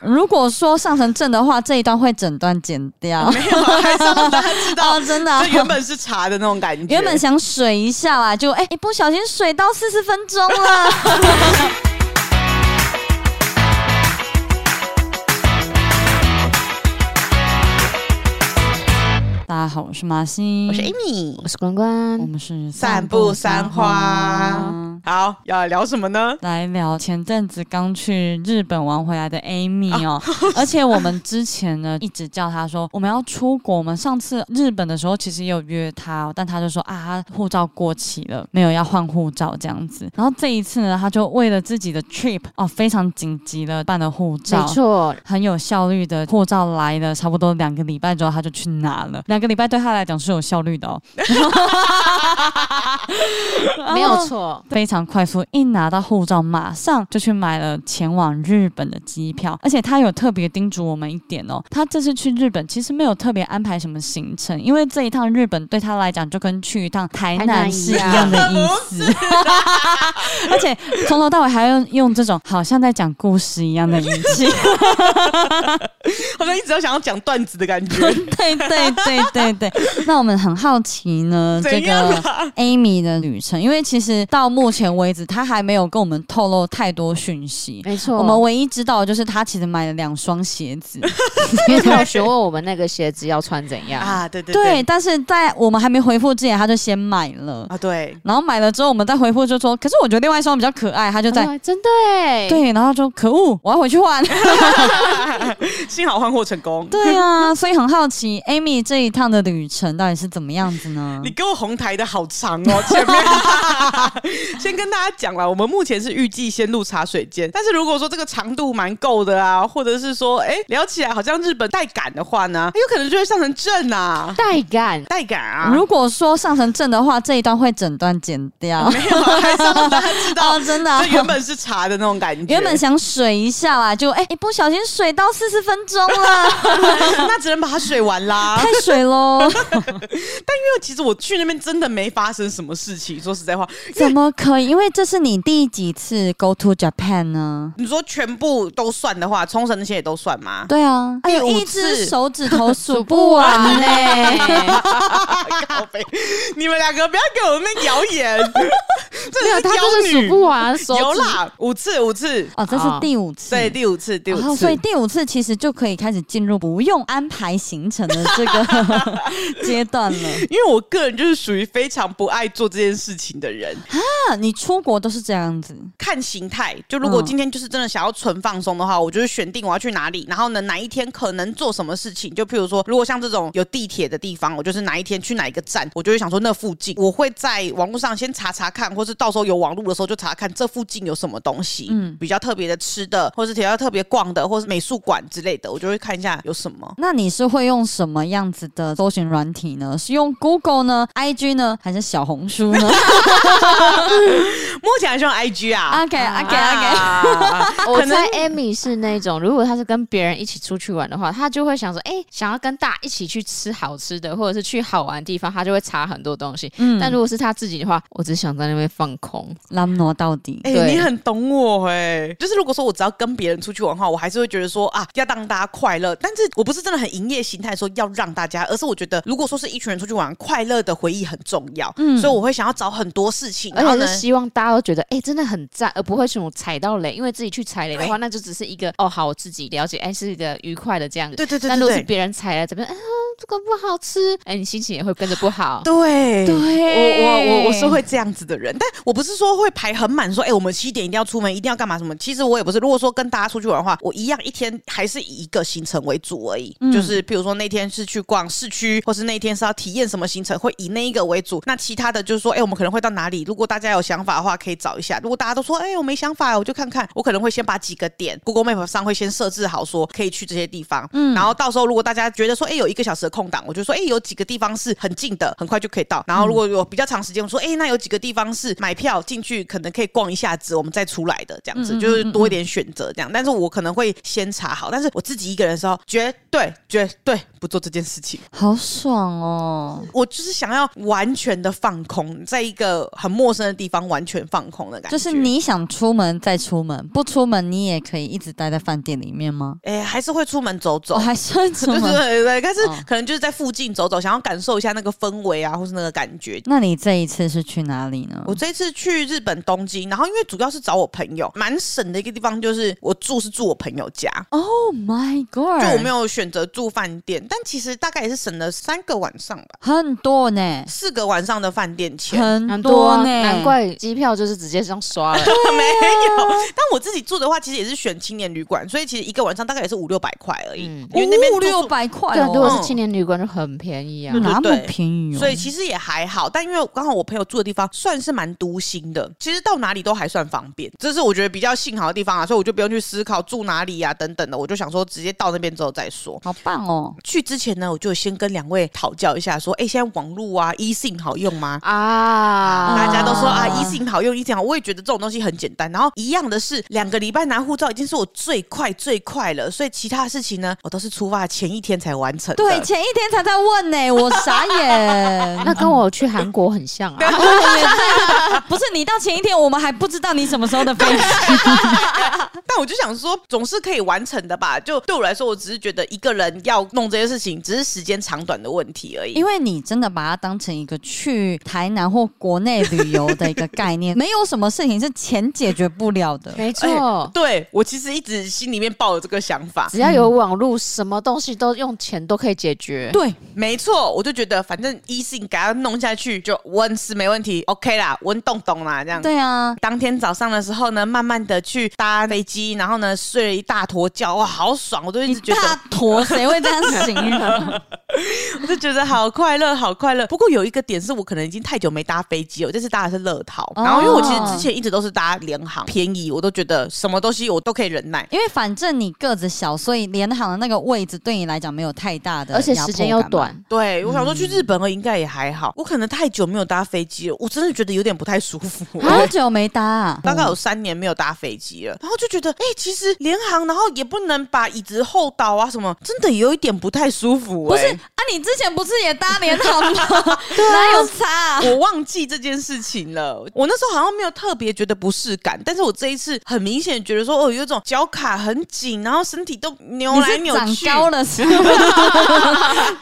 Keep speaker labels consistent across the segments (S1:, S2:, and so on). S1: 如果说上成正的话，这一段会整段剪掉。
S2: 没有啊，还是要让大家知道
S1: 哦，，真的啊、
S2: 这原本是茶的那种感觉。
S1: 原本想水一下啦，就哎、一不小心水到四十分钟 了。大家好，我是马欣，
S2: 我是 Amy，
S3: 我是关关
S1: 我，们是
S2: 散步三花
S1: 花。
S2: 好，要聊什么呢？
S1: 来聊前阵子刚去日本玩回来的 Amy 哦，而且我们之前呢 一直叫她说我们要出国，我们上次日本的时候其实也有约她、哦，但她就说啊，她护照过期了，没有要换护照这样子。然后这一次呢，她就为了自己的 trip 哦，非常紧急的办了护
S3: 没
S1: 照。
S3: 错，
S1: 很有效率的护照来了，差不多两个礼拜之后他就去拿了。两个礼拜对他来讲是有效率的哦，
S3: 没有错，
S1: 非常快速，一拿到护照马上就去买了前往日本的机票，而且他有特别叮嘱我们一点哦，他这次去日本其实没有特别安排什么行程，因为这一趟日本对他来讲就跟去一趟台
S3: 台
S1: 南
S3: 南
S1: 是一样的意 思，而且从头到尾还要用用这种好像在讲故事一样的语气，
S2: 好像一直要想要讲段子的 感觉。
S1: 对对对对对。那我们很好奇呢，这
S2: 怎样
S1: 个
S2: 啊？
S1: Amy 的旅程，因为其实到目前为止，她还没有跟我们透露太多讯息。
S3: 没错，
S1: 我 们唯一知道的就是她其实买了两双鞋 子，
S3: 因为他有询问我们那个鞋子要穿怎样，
S2: 啊，对对
S1: 对，
S2: 对
S1: 但是在我们还没回复之前，她就先买了。
S2: 啊，对，
S1: 然后买了之后，我们再回复就说，可是我觉得另外一双比较可爱，她就
S2: 嗯
S1: 在、
S3: 啊真的哎，
S1: 对，然后就可恶，我要回去 换。
S2: 幸好换货成功。
S1: 对啊，所以很好奇，Amy 这一趟的旅程到底是怎么样子呢
S2: 你？给我红台的好长 哦，前面 先跟大家讲啦，我们目前是预计先入茶水间，但是如果说这个长度蛮够的啊，或者是说，哎，聊起来好像日本带感的话呢，哎有可能就会上成正啊，
S3: 带感，
S2: 带感啊，
S1: 如果说上成正的话，这一段会整段剪 掉。
S2: 没有啊，还是要让大家知道
S1: 哦，真的啊、
S2: 这原本是茶的那种感觉，
S1: 原本想水一下啦，就哎、 一不小心水到四十分钟了，
S2: 那只能把它水完啦。
S1: 太水 喽，
S2: 因为其实我去那边真的没发生什么事情，说实在话，
S1: 怎么可以？因为这是你第几次 go to Japan 呢？
S2: 你说全部都算的话，冲绳那些也都算吗？
S1: 对啊，哎呦
S2: 第五
S1: 一只
S2: 次
S1: 手指头数不完 呢、
S3: 呢，
S2: 靠背，你们两个不要给我们谣 言，
S3: 没有，
S2: 这
S3: 他就是
S2: 是妖
S3: 数
S2: 女。
S3: 不完手
S2: 有
S3: 指，
S2: 啦，五次五次，
S1: 哦，这是
S3: 哦
S1: 第五次。
S2: 啊对，第五次第五
S1: 然
S2: 次，
S1: 后，所以第五次其实就可以开始进入不用安排行程的这 个阶段了。
S2: 因为我个人就是属于非常不爱做这件事情的人，
S1: 那你出国都是这样子，
S2: 看形态。就如果今天就是真的想要纯放松的话，我就是选定我要去哪里，然后呢哪一天可能做什么事情。就譬如说，如果像这种有地铁的地方，我就是哪一天去哪一个站，我就会想说那附近，我会在网络上先查查看，或是到时候有网络的时候就查看这附近有什么东西，嗯，比较特别的吃的，或是比较特别逛的，或是美术馆之类的，我就会看一下有什么。
S1: 那你是会用什么样子的搜寻软体呢？是用 Google 呢、IG 呢，还是小红书呢
S2: 目前还是用 IG 啊。
S1: ？OK OK OK，
S2: 啊
S3: 我猜 Amy 是那种，如果她是跟别人一起出去玩的话，她就会想说，哎、想要跟大家一起去吃好吃的，或者是去好玩的地方，她就会查很多东西。
S1: 嗯
S3: 但如果是她自己的话，我只想在那边放空。
S1: 拉姆诺到底。
S2: 哎、
S3: 对
S2: 你很懂我哎、就是如果说我只要跟别人出去玩的话，我还是会觉得说啊，要让大家快乐。但是我不是真的很营业形态说要让大家，而是我觉得如果说是一群人出去玩，快乐的回忆很重要，
S1: 嗯
S2: 所以我会想要找很多事情，
S3: 而
S2: 然后
S3: 且
S2: 呢
S3: 是。希望大家都觉得，哎、真的很赞，而不会什么踩到雷，因为自己去踩雷的话，那就只是一个哦，好，我自己了解，哎、是一个愉快的这样子。
S2: 对对对
S3: 但如
S2: 对
S3: 果是
S2: 对，
S3: 别人踩了，怎么，哎、呀，这个不好吃，哎、你心情也会跟着不好。
S2: 对
S1: 对，
S2: 我我我我是会这样子的人，但我不是说会排很满，说哎、我们七点一定要出门，一定要干嘛什么。其实我也不是，如果说跟大家出去玩的话，我一样一天还是以一个行程为主而已。
S1: 嗯
S2: 就是比如说那天是去逛市区，或是那天是要体验什么行程，会以那一个为主。那其他的就是说，哎、我们可能会到哪里？如果大家有想法的话，可以找一下。如果大家都说，哎、我没想法，我就看看。我可能会先把几个点 Google Map 上会先设置好，说可以去这些地方。嗯，然后到时候如果大家觉得说，哎、有一个小时的空档，我就说，哎、有几个地方是很近的，很快就可以到。然后
S1: 嗯
S2: 如果有比较长时间，我说，哎、那有几个地方是买票进去可能可以逛一下子，我们再出来的，这样
S1: 嗯
S2: 子
S1: 嗯嗯
S2: 就是多一点选择这样。但是我可能会先查好，但是我自己一个人的时候，绝对绝对不做这件事情。
S1: 好爽哦！
S2: 我就是想要完全的放空，在一个很陌生的地方完全放空的感觉。
S1: 就是你想出门再出门，不出门你也可以一直待在饭店里面吗？
S2: 哎、还是会出门走走，
S1: 我、还是会 出
S2: 对对
S1: 门。
S2: 对对，但是
S1: 哦
S2: 可能就是在附近走走，想要感受一下那个氛围啊，或是那个感觉。
S1: 那你这一次是去哪里呢？
S2: 我这次去日本东京，然后因为主要是找我朋友，蛮省的一个地方就是我住是住我朋友家，
S1: Oh my god！
S2: 就我没有选择住饭店，但其实大概也是省了三个晚 上吧，
S1: 很多呢，
S2: 四个晚上的饭店钱。
S1: 很
S3: 很多啊，
S1: 呢，
S3: 难怪机票就是直接这样刷了。
S2: 没有，但我自己住的话，其实也是选青年旅馆，所以其实一个晚上大概也是五六百块而已，
S3: 嗯
S2: 因为那边
S1: 五
S2: 住
S1: 六
S2: 宿
S1: 百块
S3: 对啊，如果
S1: 哦，
S3: 是青年旅馆就很便宜啊
S2: 嗯。
S1: 哪么
S2: 对
S1: 便宜哦？
S2: 所以其实也还好，但因为刚好我朋友住的地方算是蛮都心的，其实到哪里都还算方便，这是我觉得比较幸好的地方啊，所以我就不用去思考住哪里啊等等的，我就想说直接到那边之后再说。
S1: 好棒哦！
S2: 去之前呢，我就先跟两位讨教一下，说，哎，现在网络 啊，eSIM 好用吗？
S3: 啊，
S2: 大家都说啊
S1: 啊
S2: ，eSIM 好用，eSIM 好用我也觉得这种东西很简单。然后一样的是，两个礼拜拿护照已经是我最快最快了，所以其他事情呢，我都是出发前一天才完成的。
S1: 对，前一天才在问呢，我傻眼。
S3: 那跟我去韩国很像啊。
S1: 不是你到前一天，我们还不知道你什么时候的飞机。
S2: 但我就想说，总是可以完成的吧。就对我来说，我只是觉得一个人要弄这些事情，只是时间长短的问题而 已
S1: 因。为你真的把它当成一个去台南或国内旅游的一个概念， 没有什么事情是钱解决不了的。
S3: 没错，
S2: 对我其实一直心里面抱有这个想法，
S3: 只要有网络，什么东西都用钱都可以解决。
S1: 对，
S2: 没错，我就觉得反正一信给它弄下去就温是没问题，OK 啦，温动动啦这样。
S1: 对啊，
S2: 当天早上的时候呢，慢慢的去搭飞机，然后呢睡了一大坨觉，哇，好爽！我就一
S1: 你
S2: 直觉得
S1: 大坨谁会这样形容？
S2: 我就觉得好快乐，好快 乐。不过有一个点是我可能已经太久没搭飞机了，我这次搭的是乐桃。
S1: 哦
S2: 然后因为我其实之前一直都是搭联航，便宜我都觉得什么东西我都可以忍耐。
S1: 因为反正你个子小，所以联航的那个位置对你来讲没有太大的，
S3: 而且时间又。短，
S2: 对，我想说去日本了应该也还好。我可能太久没有搭飞机了，我真的觉得有点不太舒服。
S1: 多久没搭、啊？
S2: 大概有三年没有搭飞机了，然后就觉得，哎、其实联航，然后也不能把椅子后倒啊，什么，真的有一点不太舒服、
S1: 不是
S2: 哎
S1: 啊，你之前不是也搭联航 吗？哪有差啊、
S2: 我忘记这件事情了。我那时候好像没有特别觉得不适感，但是我这一次很明显觉得说，哦，有一种脚卡很紧，然后身体都扭
S1: 你
S2: 来
S1: 是
S2: 扭
S1: 长
S2: 去。
S1: 高了是吗？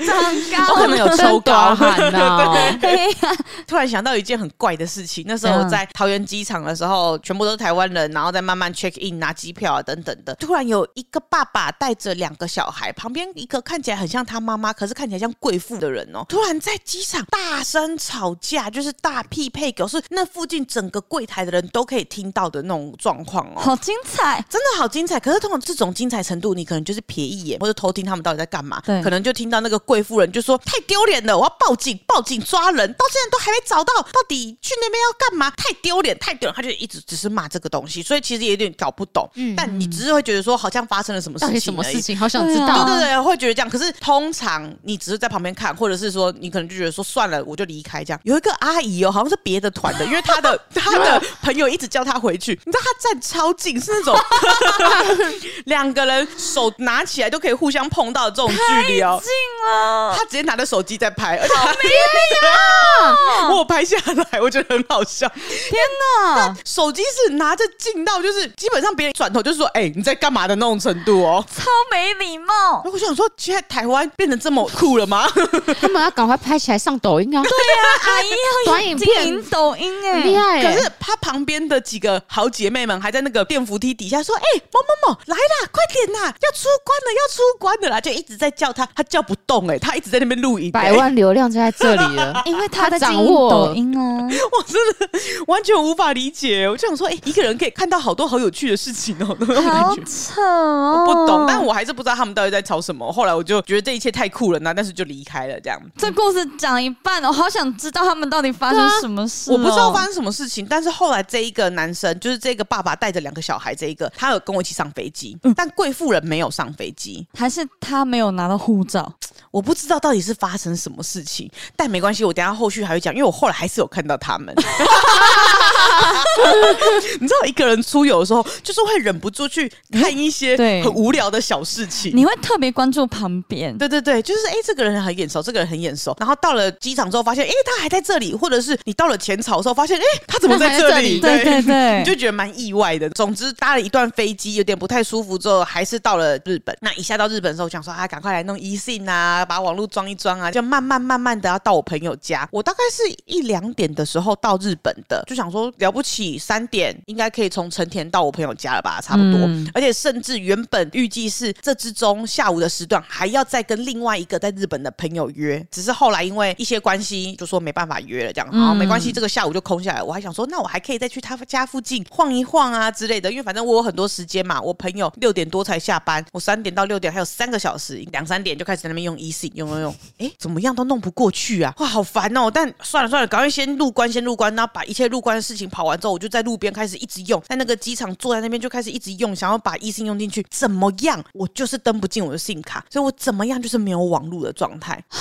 S1: 长
S2: 我
S1: 高
S2: 哦可能有抽高
S3: 高喊呐。
S1: 对呀、
S2: 突然想到一件很怪的事情，那时候
S1: 怎
S2: 我
S1: 样
S2: 在桃园机场的时候，全部都是台湾人，然后再慢慢 check in 拿机票啊等等的。突然有一个爸爸带着两个小孩，旁边一个看起来很像他妈妈，可是看起来像贵妇的人哦，突然在机场大声吵架，就是大屁配狗，是那附近整个柜台的人都可以听到的那种状况哦。
S1: 好精彩！
S2: 真的好精彩。可是通常这种精彩程度，你可能就是瞥一眼或者偷听他们到底在干嘛，
S1: 对
S2: 可能就听到那个贵妇人就说太丢脸了，我要报警，报警抓人，到现在都还没找到，到底去那边要干嘛？太丢脸，太丢脸！他就一直只是骂这个东西，所以其实也有点搞不懂。但你只是会觉得说好像发生了什么事
S3: 嗯
S2: 情而
S3: 到底
S2: 已，
S3: 什么事情？好想
S1: 对
S3: 知
S1: 啊
S3: 道
S2: 对
S3: 啊。
S2: 对对，会觉得这样。可是通常你只是在旁边看，或者是说你可能就觉得说算了，我就离开这样。有一个阿姨哦，好像是别的团的，因为她的她的朋友一直叫她回去，你知道她站 超近，是那种两个人手拿起来都可以互相碰到的这种距离哦。
S1: 进了，
S2: 她直接拿着手机在拍，而且好美啊！我有拍下来，我觉得很好笑。
S1: 天哪，
S2: 手机是拿着近到，就是基本上别人转头就说：“哎、你在干嘛的那种程度哦。”
S1: 超没礼 貌！
S2: 我想说，现在台湾变得这么酷了吗？
S3: 他们要赶快拍起来上抖音啊！
S1: 阿姨要
S3: 短影
S1: 经
S3: 片
S1: 营抖音哎、，
S3: 很厉害
S2: 可
S3: 耶！
S2: 是她旁边的几个好姐妹们还在那个电扶梯底下说：“哎、某某某来啦，快点啦，要出关了，要出关了啦！”就一直在叫她，她叫不动哎、她一直在那边录影、
S3: 百
S2: 哎
S3: 万流量就在这里了
S1: 因为她在
S3: 掌
S1: 经营
S3: 握
S1: 抖音 啊，
S2: 我真的完全无法理解。我就想说，哎、一个人可以看到好多好有趣的事情哦、那种感
S1: 好
S2: 觉。
S1: 扯哦！
S2: 我不懂，但我还是不知道他们到底在吵什么。后来我就觉得这一切太酷了那但是就离开了这样。
S1: 这故事讲一半，我好想知道他们到底发生什么事、哦
S2: 啊我不知道发生什么事情，但是后来这一个男生，就是这个爸爸带着两个小孩，这一个他有
S1: 嗯
S2: 跟我一起上飞机，但贵妇人没有上飞机。
S1: 还是他没有拿到护照，
S2: 我不知道到底是发生什么事情，但没关系，我等一下后续还会讲，因为我后来还是有看到 他们。你知道，一个人出游的时候，就是会忍不住去看一些
S1: 对
S2: 很无聊的小事情。
S1: 你会特别关注旁边，
S2: 对对对，就是哎、诶这个人很眼熟，这个人很眼熟。然后到了机场之后，发现哎、诶他还在这里，或者是你到了浅草的时候，发现哎、诶他怎么在这里？
S3: 他
S1: 还在 这里对对对
S2: 你就觉得蛮意外的。总之搭了一段飞机，有点不太舒服，之后还是到了日本。那一下到日本的时候，我想说啊，赶快来弄 e 信啊，把网络装一装啊，就慢慢慢慢的要到我朋友家。我大概是一两点的时候到日本的，就想说了不起，三点应该可以从成田到我朋友家了吧，差不多。
S1: 嗯
S2: 而且甚至原本预计是这之中下午的时段还要再跟另外一个在日本的朋友约，只是后来因为一些关系就说没办法约了，这样
S1: 嗯
S2: 好没关系，这个下午就空下来。我还想说，那我还可以再去他家附近晃一晃啊之类的，因为反正我有很多时间嘛。我朋友六点多才下班，我三点到六点还有三个小时，两三点就开始在那边用 e 信用用用，哎，怎么样都弄不过去啊，哇，好烦哦！但算了算了，赶快先入关，先入关，然后把一切入关的事情跑完之后，我就在路边开始一直用，在那个机场坐在那边就开始一直用，想要把 e 信用进去，怎么样？我就是登不进我的 SIM 卡，所以我怎么样就是没有网络的状态啊，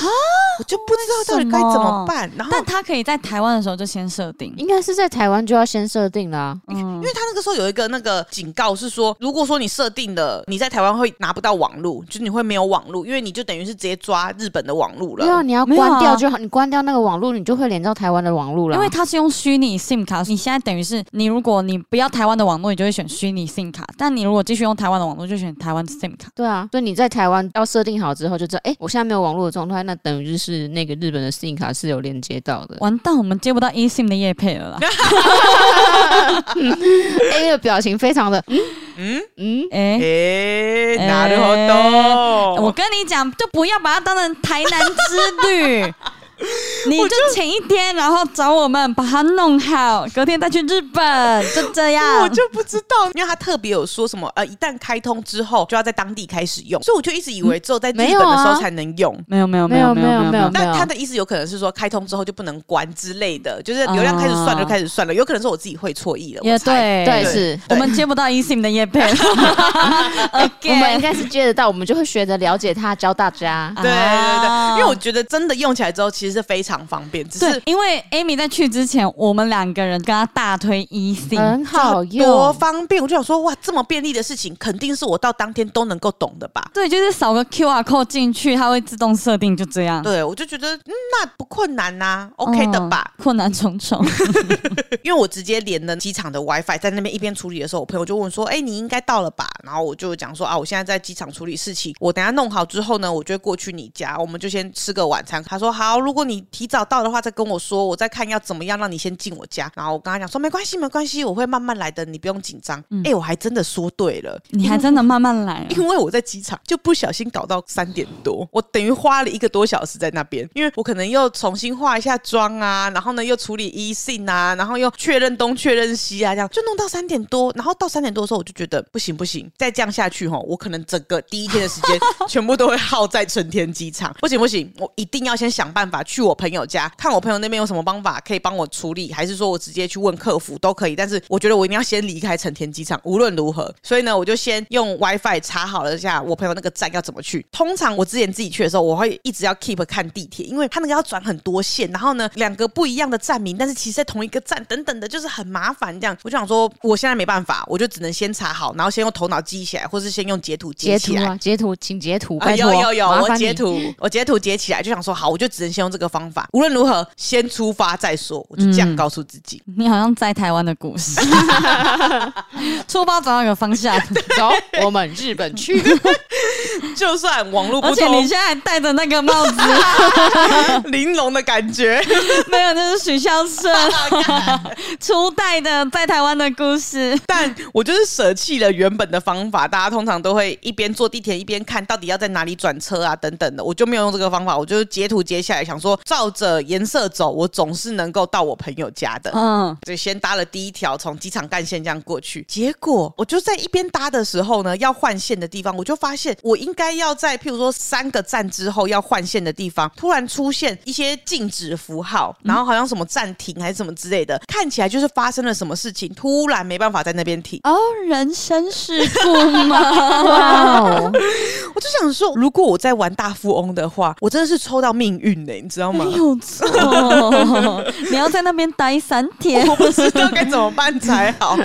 S2: 我就不知道到底该怎么办。然后
S1: 但他可以在台湾的时候就先设定。
S3: 应该是在台湾就要先设定啦、
S1: 嗯
S2: 因，为他那个时候有一个那个警告是说，如果说你设定的你在台湾会拿不到网络，就是你会没有网络，因为你就等于是直接抓日本的网络
S3: 对啊，
S2: 了。
S3: 你要
S1: 没有啊
S3: 关掉就好，你关掉那个网络，你就会连到台湾的网
S2: 啊
S3: 络了。
S1: 因为它是用虚拟 SIM 卡，你现在等于是你如果你不要台湾的网络，你就会选虚拟 SIM 卡；但你如果继续用台湾的网络，就选台湾 SIM 卡。
S3: 对啊，所以你在台湾要设定好之后，就知道，哎、我现在没有网络的状态，那等于就是那个日本的 SIM 卡是有连接到的。
S1: 完蛋，我们接不到 eSIM 的叶配 了啦！
S3: A 的表情非常的，嗯
S2: 嗯，
S3: 嗯，
S1: 哎、
S2: 诶，
S1: 诶
S2: なるほど。
S1: 我跟你讲，就不要把它当成台南之 旅。你就前一天，然后找我们把它弄好，隔天再去日本，就这样。
S2: 我就不知道，哦因为他特别有说什么，呃，一旦开通之后就要在当地开始用，所以我就一直以为只有在日本
S3: 没有
S2: 的时
S3: 啊
S2: 候才能用。
S1: 没有没有
S3: 没有没有没有
S1: 没有，
S2: 但他的意思有可能是说，开通之后就不能关之类的，就是流量开始算就开始算了，有可能是我自己会错意了。
S1: 也
S2: 我猜，
S1: 对
S3: 对，是。
S1: 我们接不到 eSIM 的叶 配。
S3: 我们应
S1: OK，
S3: 该是接得到，我们就会学着了解它，教大家。
S2: 对对对
S1: 啊
S2: 对，因为我觉得真的用起来之后其实是非常方便，只
S1: 对
S2: 是，
S1: 因为 Amy 在去之前，我们两个人跟她大推 eSIM，
S2: 嗯
S3: 很
S2: 多
S3: 好用，
S2: 方便。我就想说，哇，这么便利的事情，肯定是我到当天都能够懂的吧。
S1: 对，就是扫个 QR code 进去，它会自动设定，就这样。
S2: 对，我就觉得，嗯，那不困难呐、o k 的吧？
S1: 嗯？困难重重。
S2: 因为我直接连了机场的 WiFi，在那边一边处理的时候，我朋友就问说：“哎、你应该到了吧？”然后我就讲说：“啊，我现在在机场处理事情，我等一下弄好之后呢，我就会过去你家，我们就先吃个晚餐。”他说：“好，如果你提早到的话，再跟我说，我再看要怎么样让你先进我家。”然后我跟他讲说：“没关系，没关系，我会慢慢来的，你不用紧张。
S1: 嗯
S2: 哎、我还真的说对了。
S1: 你还真的慢慢来啊。
S2: 因为我在机场就不小心搞到三点多，我等于花了一个多小时在那边，因为我可能又重新化一下妆啊，然后呢又处理 e 信啊，然后又确认东确认西啊，这样就弄到三点多。然后到三点多的时候，我就觉得不行不行，再这样下去吼，我可能整个第一天的时间全部都会耗在成田机场。不行不行，我一定要先想办法去我朋友家，看我朋友那边有什么方法可以帮我处理，还是说我直接去问客服都可以。但是我觉得我一定要先离开成田机场，无论如何。所以呢，我就先 用 WiFi 查好了一下我朋友那个站要怎么去。通常我之前自己去的时候，我会一直要 keep 看地铁，因为它那个要转很多线，然后呢两个不一样的站名，但是其实在同一个站等等的，就是很麻烦。这样我就想说，我现在没办法，我就只能先查好，然后先用头脑记起来，或是先用截图
S3: 截
S2: 起
S3: 图
S2: 来。
S3: 啊，截图，请截图，
S2: 啊，
S3: 拜托，
S2: 有有有，
S3: 麻
S2: 我
S3: 烦
S2: 截
S3: 你
S2: 图，我截图截起来，就想说好，我就只能先用这个方法。无论如何，先出发再说，我就这样告诉自己。
S1: 你好像在台湾的故 事，出发找到一个方向，
S3: 走，我们日本去。嗯
S2: 就算网络
S1: 而
S2: 不
S1: 且你
S2: 通
S1: 现，在还戴着那个帽 子，
S2: 玲珑的感觉，
S1: 没有，那是许孝顺初代的在台湾的故事。
S2: 但我就是舍弃了原本的方法。大家通常都会一边坐地铁一边看到底要在哪里转车啊，等等的，我就没有用这个方法，我就截图截下来，想说照着颜色走，我总是能够到我朋友家的。
S1: 嗯，
S2: 所以先搭了第一条从机场干线这样过去。结果我就在一边搭的时候呢，要换线的地方，我就发现我应该要在譬如说三个站之后要换线的地方，突然出现一些禁止符号，然后好像什么暂停还是什么之类的，看起来就是发生了什么事情，突然没办法在那边停。
S1: 哦，人生事故吗？
S3: 哇哦，
S2: 我就想想说，如果我在玩大富翁的话，我真的是抽到命运的、你知道吗？
S1: 没有错，你要在那边待三天。
S2: 我不知道该怎么办才好。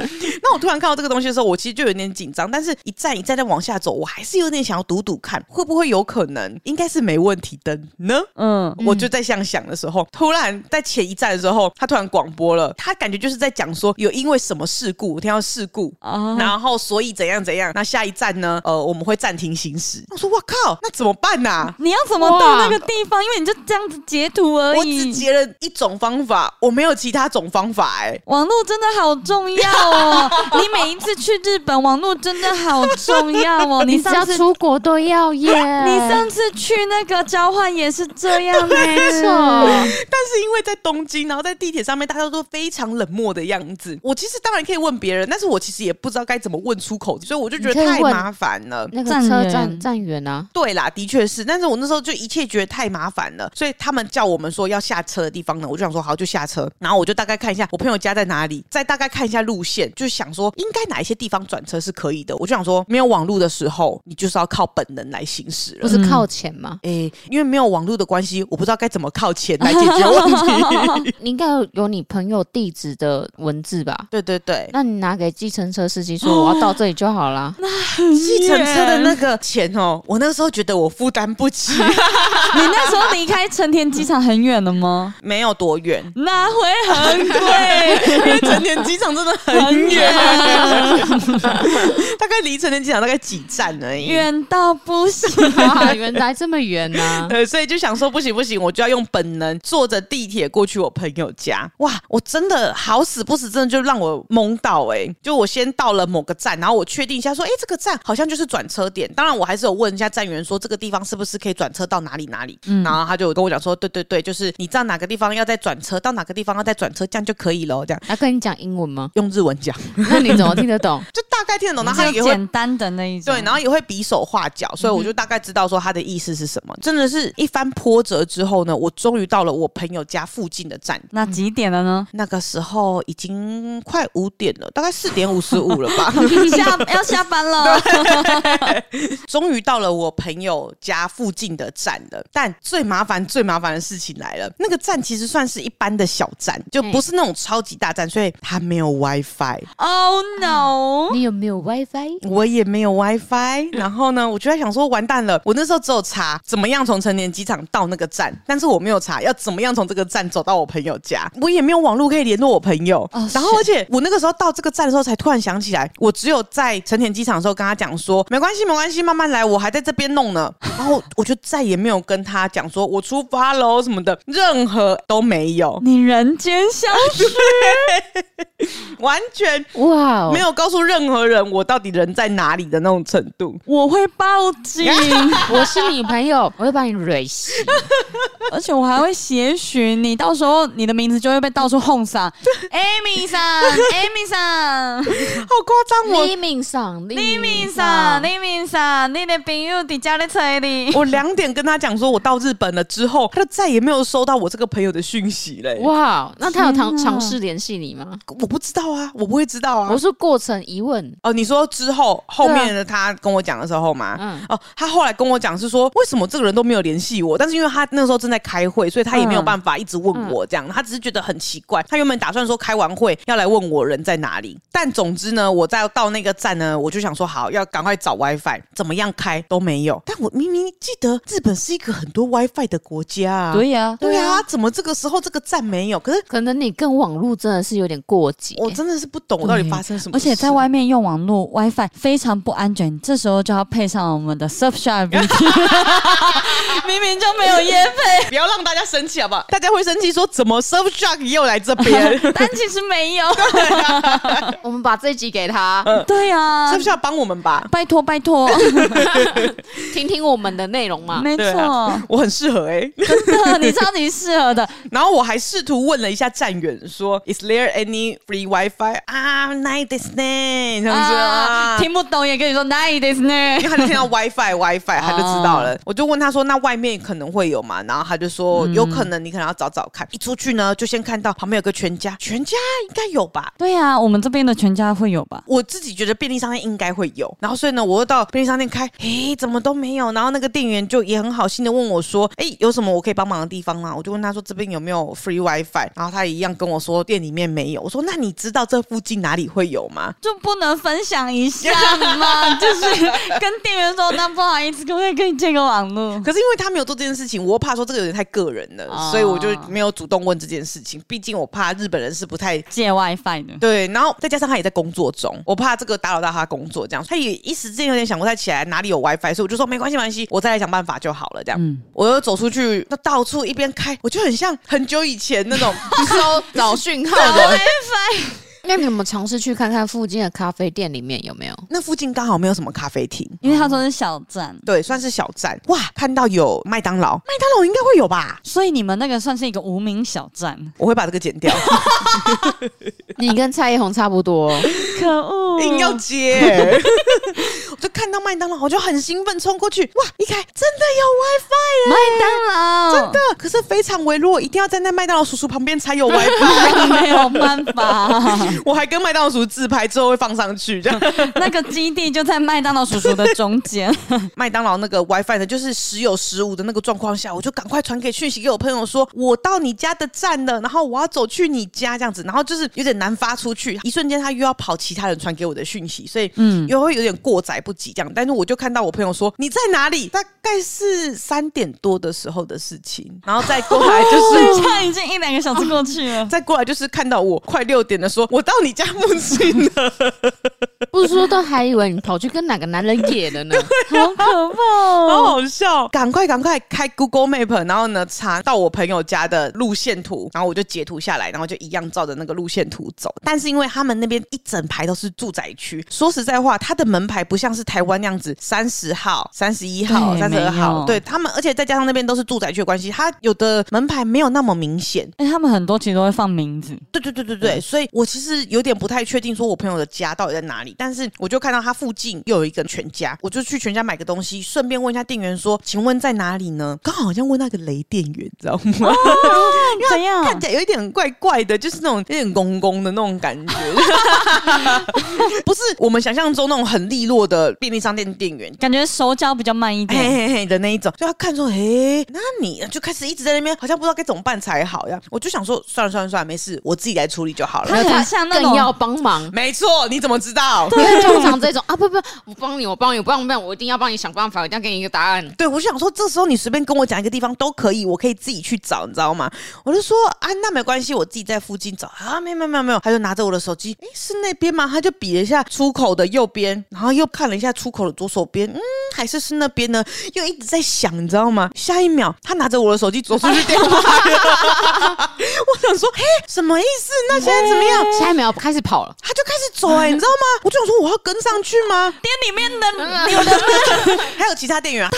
S2: 那我突然看到这个东西的时候，我其实就有点紧张，但是一站一站再往下走，我还是有点想要赌赌看，会不会有可能，应该是没问题的呢。
S1: 嗯，
S2: 我就在想想的时候，突然在前一站的时候，他突然广播了，他感觉就是在讲说有因为什么事故，我听到事故，
S1: 啊，
S2: 然后所以怎样怎样，那下一站呢？呃，我们会暂停行驶。我说我靠，那怎么办啊呐、
S1: 你要怎么到那个地方？因为你就这样子截图而已。
S2: 我只截了一种方法，我没有其他种方法哎、
S1: 网络真的好重要 哦！你每一次去日本，网络真的好重要哦！ 你
S3: 你只要
S1: 上次
S3: 出国都要耶，
S1: 你上次去那个交换也是这 样呢、
S3: 没错，
S2: 但是因为在东京，然后在地铁上面，大家都非常冷漠的样子。我其实当然可以问别人，但是我其实也不知道该怎么问出口，所以我就觉得
S3: 你可以
S2: 太
S3: 问
S2: 麻烦了。
S3: 那个
S1: 站
S3: 车
S1: 员
S3: 站站员啊，
S2: 对啦，的确是，但是我那时候就一切觉得太麻烦了，所以他们叫我们说要下车的地方呢，我就想说好就下车，然后我就大概看一下我朋友家在哪里，再大概看一下路线，就想说应该哪一些地方转车是可以的。我就想说没有网路的时候，你就是要靠本能来行驶
S3: 不
S2: 了。
S3: 是靠前吗？
S2: 诶，因为没有网路的关系，我不知道该怎么靠前来解决问题。
S3: 你应该有有你朋友地址的文字吧？
S2: 对对对，
S3: 那你拿给计程车司机说，我要到这里就好啦。
S2: 计程车的那个钱哦，我那时候觉得我负担不 起，
S1: 你那时候离开成田机场很远了吗？
S2: 没有多远，
S1: 那会很贵，
S2: 因为成田机场真的很远，大概离成田机场大概几站而已。
S1: 远到不 行。
S3: 哇，啊原来这么远啊呢、
S2: 呃，所以就想说不行不行，我就要用本能坐着地铁过去我朋友家。哇，我真的好死不死，真的就让我懵到哎、就我先到了某个站，然后我确定一下说，哎、这个站好像就是转车点。当然我还是有问一下站员说，这个地方是不是可以转车到哪里哪里？然后他就跟我讲说，对对对，就是你知道哪个地方要再转车，到哪个地方要再转车，这样就可以咯。这样
S3: 他跟你讲英文吗？
S2: 用日文讲，
S3: 那你怎么听得懂？
S2: 就大概听得懂，然后他
S1: 就
S2: 也会
S1: 简单的那一种。
S2: 对，然后也会比手画脚，所以我就大概知道说他的意思是什么。真的是一番波折之后呢，我终于到了我朋友家附近的站。
S1: 那几点了呢？
S2: 那个时候已经快五点了，大概四点五十五了吧。
S1: 下要下班 了，
S2: 终于到了我朋友家附近的站了，但最麻烦、最麻烦的事情来了。那个站其实算是一般的小站，就不是那种超级大站，所以它没有 WiFi。
S1: Oh no！
S3: 你有没有 WiFi？
S2: 我也没有 WiFi，然后呢，我就在想说，完蛋了，我那时候只有查怎么样从成田机场到那个站，但是我没有查要怎么样从这个站走到我朋友家，我也没有网络可以联络我朋友。
S1: 哦
S2: 然后，
S1: 是
S2: 而且我那个时候到这个站的时候，才突然想起来，我只有在成田机场的时候跟他讲说，没关系，没关系，慢慢来，我还在这边弄 呢。然后我就再也没有跟他讲说我出发喽什么的，任何都没 有，
S1: 你人间消 失，
S2: 完全
S1: 哦
S3: 哇、哦
S2: 没有告诉任何人我到底人在哪里的那种程度。
S1: 我会报警，
S3: 我是你朋友， 我会把你蕊洗。
S1: 而且我还会协寻你，到时候你的名字就会被到处哄上，Amy 上，Amy 上
S2: 好夸张，我
S3: 黎明上，黎
S1: ，Amy 上，Amy 上，你的朋友在家里催你。
S2: 我两点跟他讲说我到日本了之后，他就再也没有收到我这个朋友的讯息嘞、
S3: 哇、哦那他有尝
S1: 天哪
S3: 尝试联系你吗？
S2: 我不知道啊，我不会知道啊
S3: 我。是过程疑问，
S2: 哦，你说之后后面的他跟我讲的时候嘛，
S3: 嗯
S2: 哦，他后来跟我讲是说，为什么这个人都没有联系我？但是因为他那时候正在开会，所以他也没有办法一直问
S3: 嗯
S2: 我这样，他只是觉得很奇怪。他原本打算说开完会要来问我人在哪里，但总之呢，我在到那个站呢，我就想说好要赶快找 WiFi，怎么样开都没有。但我明明记得日本是一个很多 WiFi 的国家啊，
S1: 呀、
S2: 对啊，怎么这个时候这个站没有？可是
S3: 可能你跟网络真的是有点过节。
S2: 我真的是不懂，我到底发生什
S1: 哎
S2: 么
S1: 而
S2: 事？
S1: 且在外面用网络 WiFi 非常不安全，这时候就要配上我们的 Surfshark VPN 明明就没有耶 配，
S2: 不要让大家生气 好不好？大家会生气说怎么 Surfshark 又来这边
S1: 但其实没有。
S3: 我们把这一集给他，
S1: 对啊，
S2: ？Surfshark 帮我们吧，
S1: 拜托拜托，
S3: 听听我们的内容嘛。
S1: 没
S2: 对
S1: 错
S2: 啊，，我很适合哎、
S1: 你超级适合的。
S2: 然后我还试图问了一下站员说，Is there any free WiFi 啊？Night is night 这样子啊。
S1: 听不懂也跟你说 nice 呢 哦
S2: 因。为他就听到 WiFi WiFi，他就知道了。我就问他说：“那外面可能会有嘛，然后他就说
S1: 嗯
S2: 有可能你可能要找找看。一出去呢，就先看到旁边有个全家，全家应该有吧。
S1: 对呀、我们这边的全家会有吧？
S2: 我自己觉得便利商店应该会有，然后所以呢，我又到便利商店开，诶，怎么都没有。然后那个店员就也很好心的问我说，诶，有什么我可以帮忙的地方吗？我就问他说这边有没有 free wifi，然后他一样跟我说店里面没有。我说那你知道这附近哪里会有吗？
S1: 就不能分享一 下吗？就是跟店员说，那不好意思，可不可以跟你借个网络？
S2: 可是因为他没有做这件事情，我又怕说这个有点太个人了，
S1: 哦
S2: 所以我就没有主动问这件事情。毕竟我怕日本人是不太
S1: 借 WiFi 的，
S2: 对，然后再加上他也在工作中，我怕这个打扰到他工作，这样，他也一时之间有点想不太起来哪里有 WiFi，所以我就说没关系，没关系，我再来想办法就好了，这样。
S1: 嗯
S2: 我又走出去，那到处一边开，我就很像很久以前那种
S3: 搜找讯号
S1: 啊
S3: 的。那你们尝试去看看附近的咖啡店里面有没有？
S2: 那附近刚好没有什么咖啡厅，
S1: 因为他说是小站，
S2: 对，算是小站。哇，看到有麦当劳，麦当劳应该会有吧？
S1: 所以你们那个算是一个无名小站，
S2: 我会把这个剪掉，
S3: 你跟蔡依红差不多，
S1: 可恶，
S2: 硬要接。我就看到麦当劳，我就很兴奋冲过去，哇！一开真的有 WiFi 耶
S1: 麦当劳，真的
S2: 可是非常微弱，一定要站在麦当劳叔叔旁边才有 WiFi。
S1: 哎没有办法，
S2: 我还跟麦当劳叔叔自拍，之后会放上去。这样，
S1: 那个基地就在麦当劳叔叔的中 间，
S2: 麦当劳那个 WiFi 呢，就是时有时无的那个状况下，我就赶快传给讯息给我朋友说，我到你家的站了，然后我要走去你家这样子，然后就是有点难发出去，一瞬间他又要跑其他人传给我的讯息，所以嗯，又会有点过载不及这样。但是我就看到我朋友说你在哪里，大概是三点多的时候的事情，然后再过来就是
S1: 现 在已经一两个小时过去 了。
S2: 再过来就是看到我快六点的说，我到你家附近了。
S3: 不是说都还以为你跑去跟哪个男人野了 呢？
S1: 好可怕
S2: 好
S1: 啊哦！
S2: 好笑！赶快赶快开 Google Map，然后呢查到我朋友家的路线图，然后我就截图下来，然后就一样照着那个路线图走。但是因为他们那边一整排都是住宅区，说实在话，它的门牌不像是台湾那样子三十号、三十一号、
S1: 对
S2: 三十二
S1: 没
S2: 号，
S1: 有
S2: 对他们，而且再加上那边都是住宅区的关系，它有的门牌没有那么明显。
S1: 哎、他们很多其实都会放名字，
S2: 对对对对对，所以我其实有点不太确定，说我朋友的家到底在哪里。但是我就看到他附近又有一个全家，我就去全家买个东西，顺便问一下店员说：“请问在哪里呢？”刚好好像问到一个雷店员，知道吗？
S1: 哦怎样？
S2: 看起来有一点怪怪的，就是那种有点公公的那种感 觉，不是我们想象中那种很利落的便利商店店员。
S1: 感觉手脚比较慢一
S2: 嘿
S1: 点。
S2: 嘿嘿的那一种，就他看说，诶，那你就开始一直在那边，好像不知道该怎么办才好呀。我就想说，算了算了算了，没事，我自己来处理就好了。
S1: 他很像那种
S3: 更要帮忙。
S2: 没错，你怎么知道？
S3: 因为通常这种啊，不不，我帮你，我帮你，我帮不我一定要帮你想办法，我一定要给你一个答案。
S2: 对，我就想说，这时候你随便跟我讲一个地方都可以，我可以自己去找，你知道吗？我就说啊，那没关系，我自己在附近找啊，没有没有没有没有，他就拿着我的手机，诶，是那边吗？他就比了一下出口的右边，然后又看了一下出口的左手边，嗯，还是是那边呢，又一直在想，你知道吗？下一秒，他拿着我的手机走出去电话了 我想说，嘿，什么意思？那现在怎么样？
S3: 下一秒开始跑了，
S2: 他就开始走、哎，你知道吗？我就想说，我要跟上去吗？
S1: 店里面的你们
S2: 还有其他店员啊，
S1: 只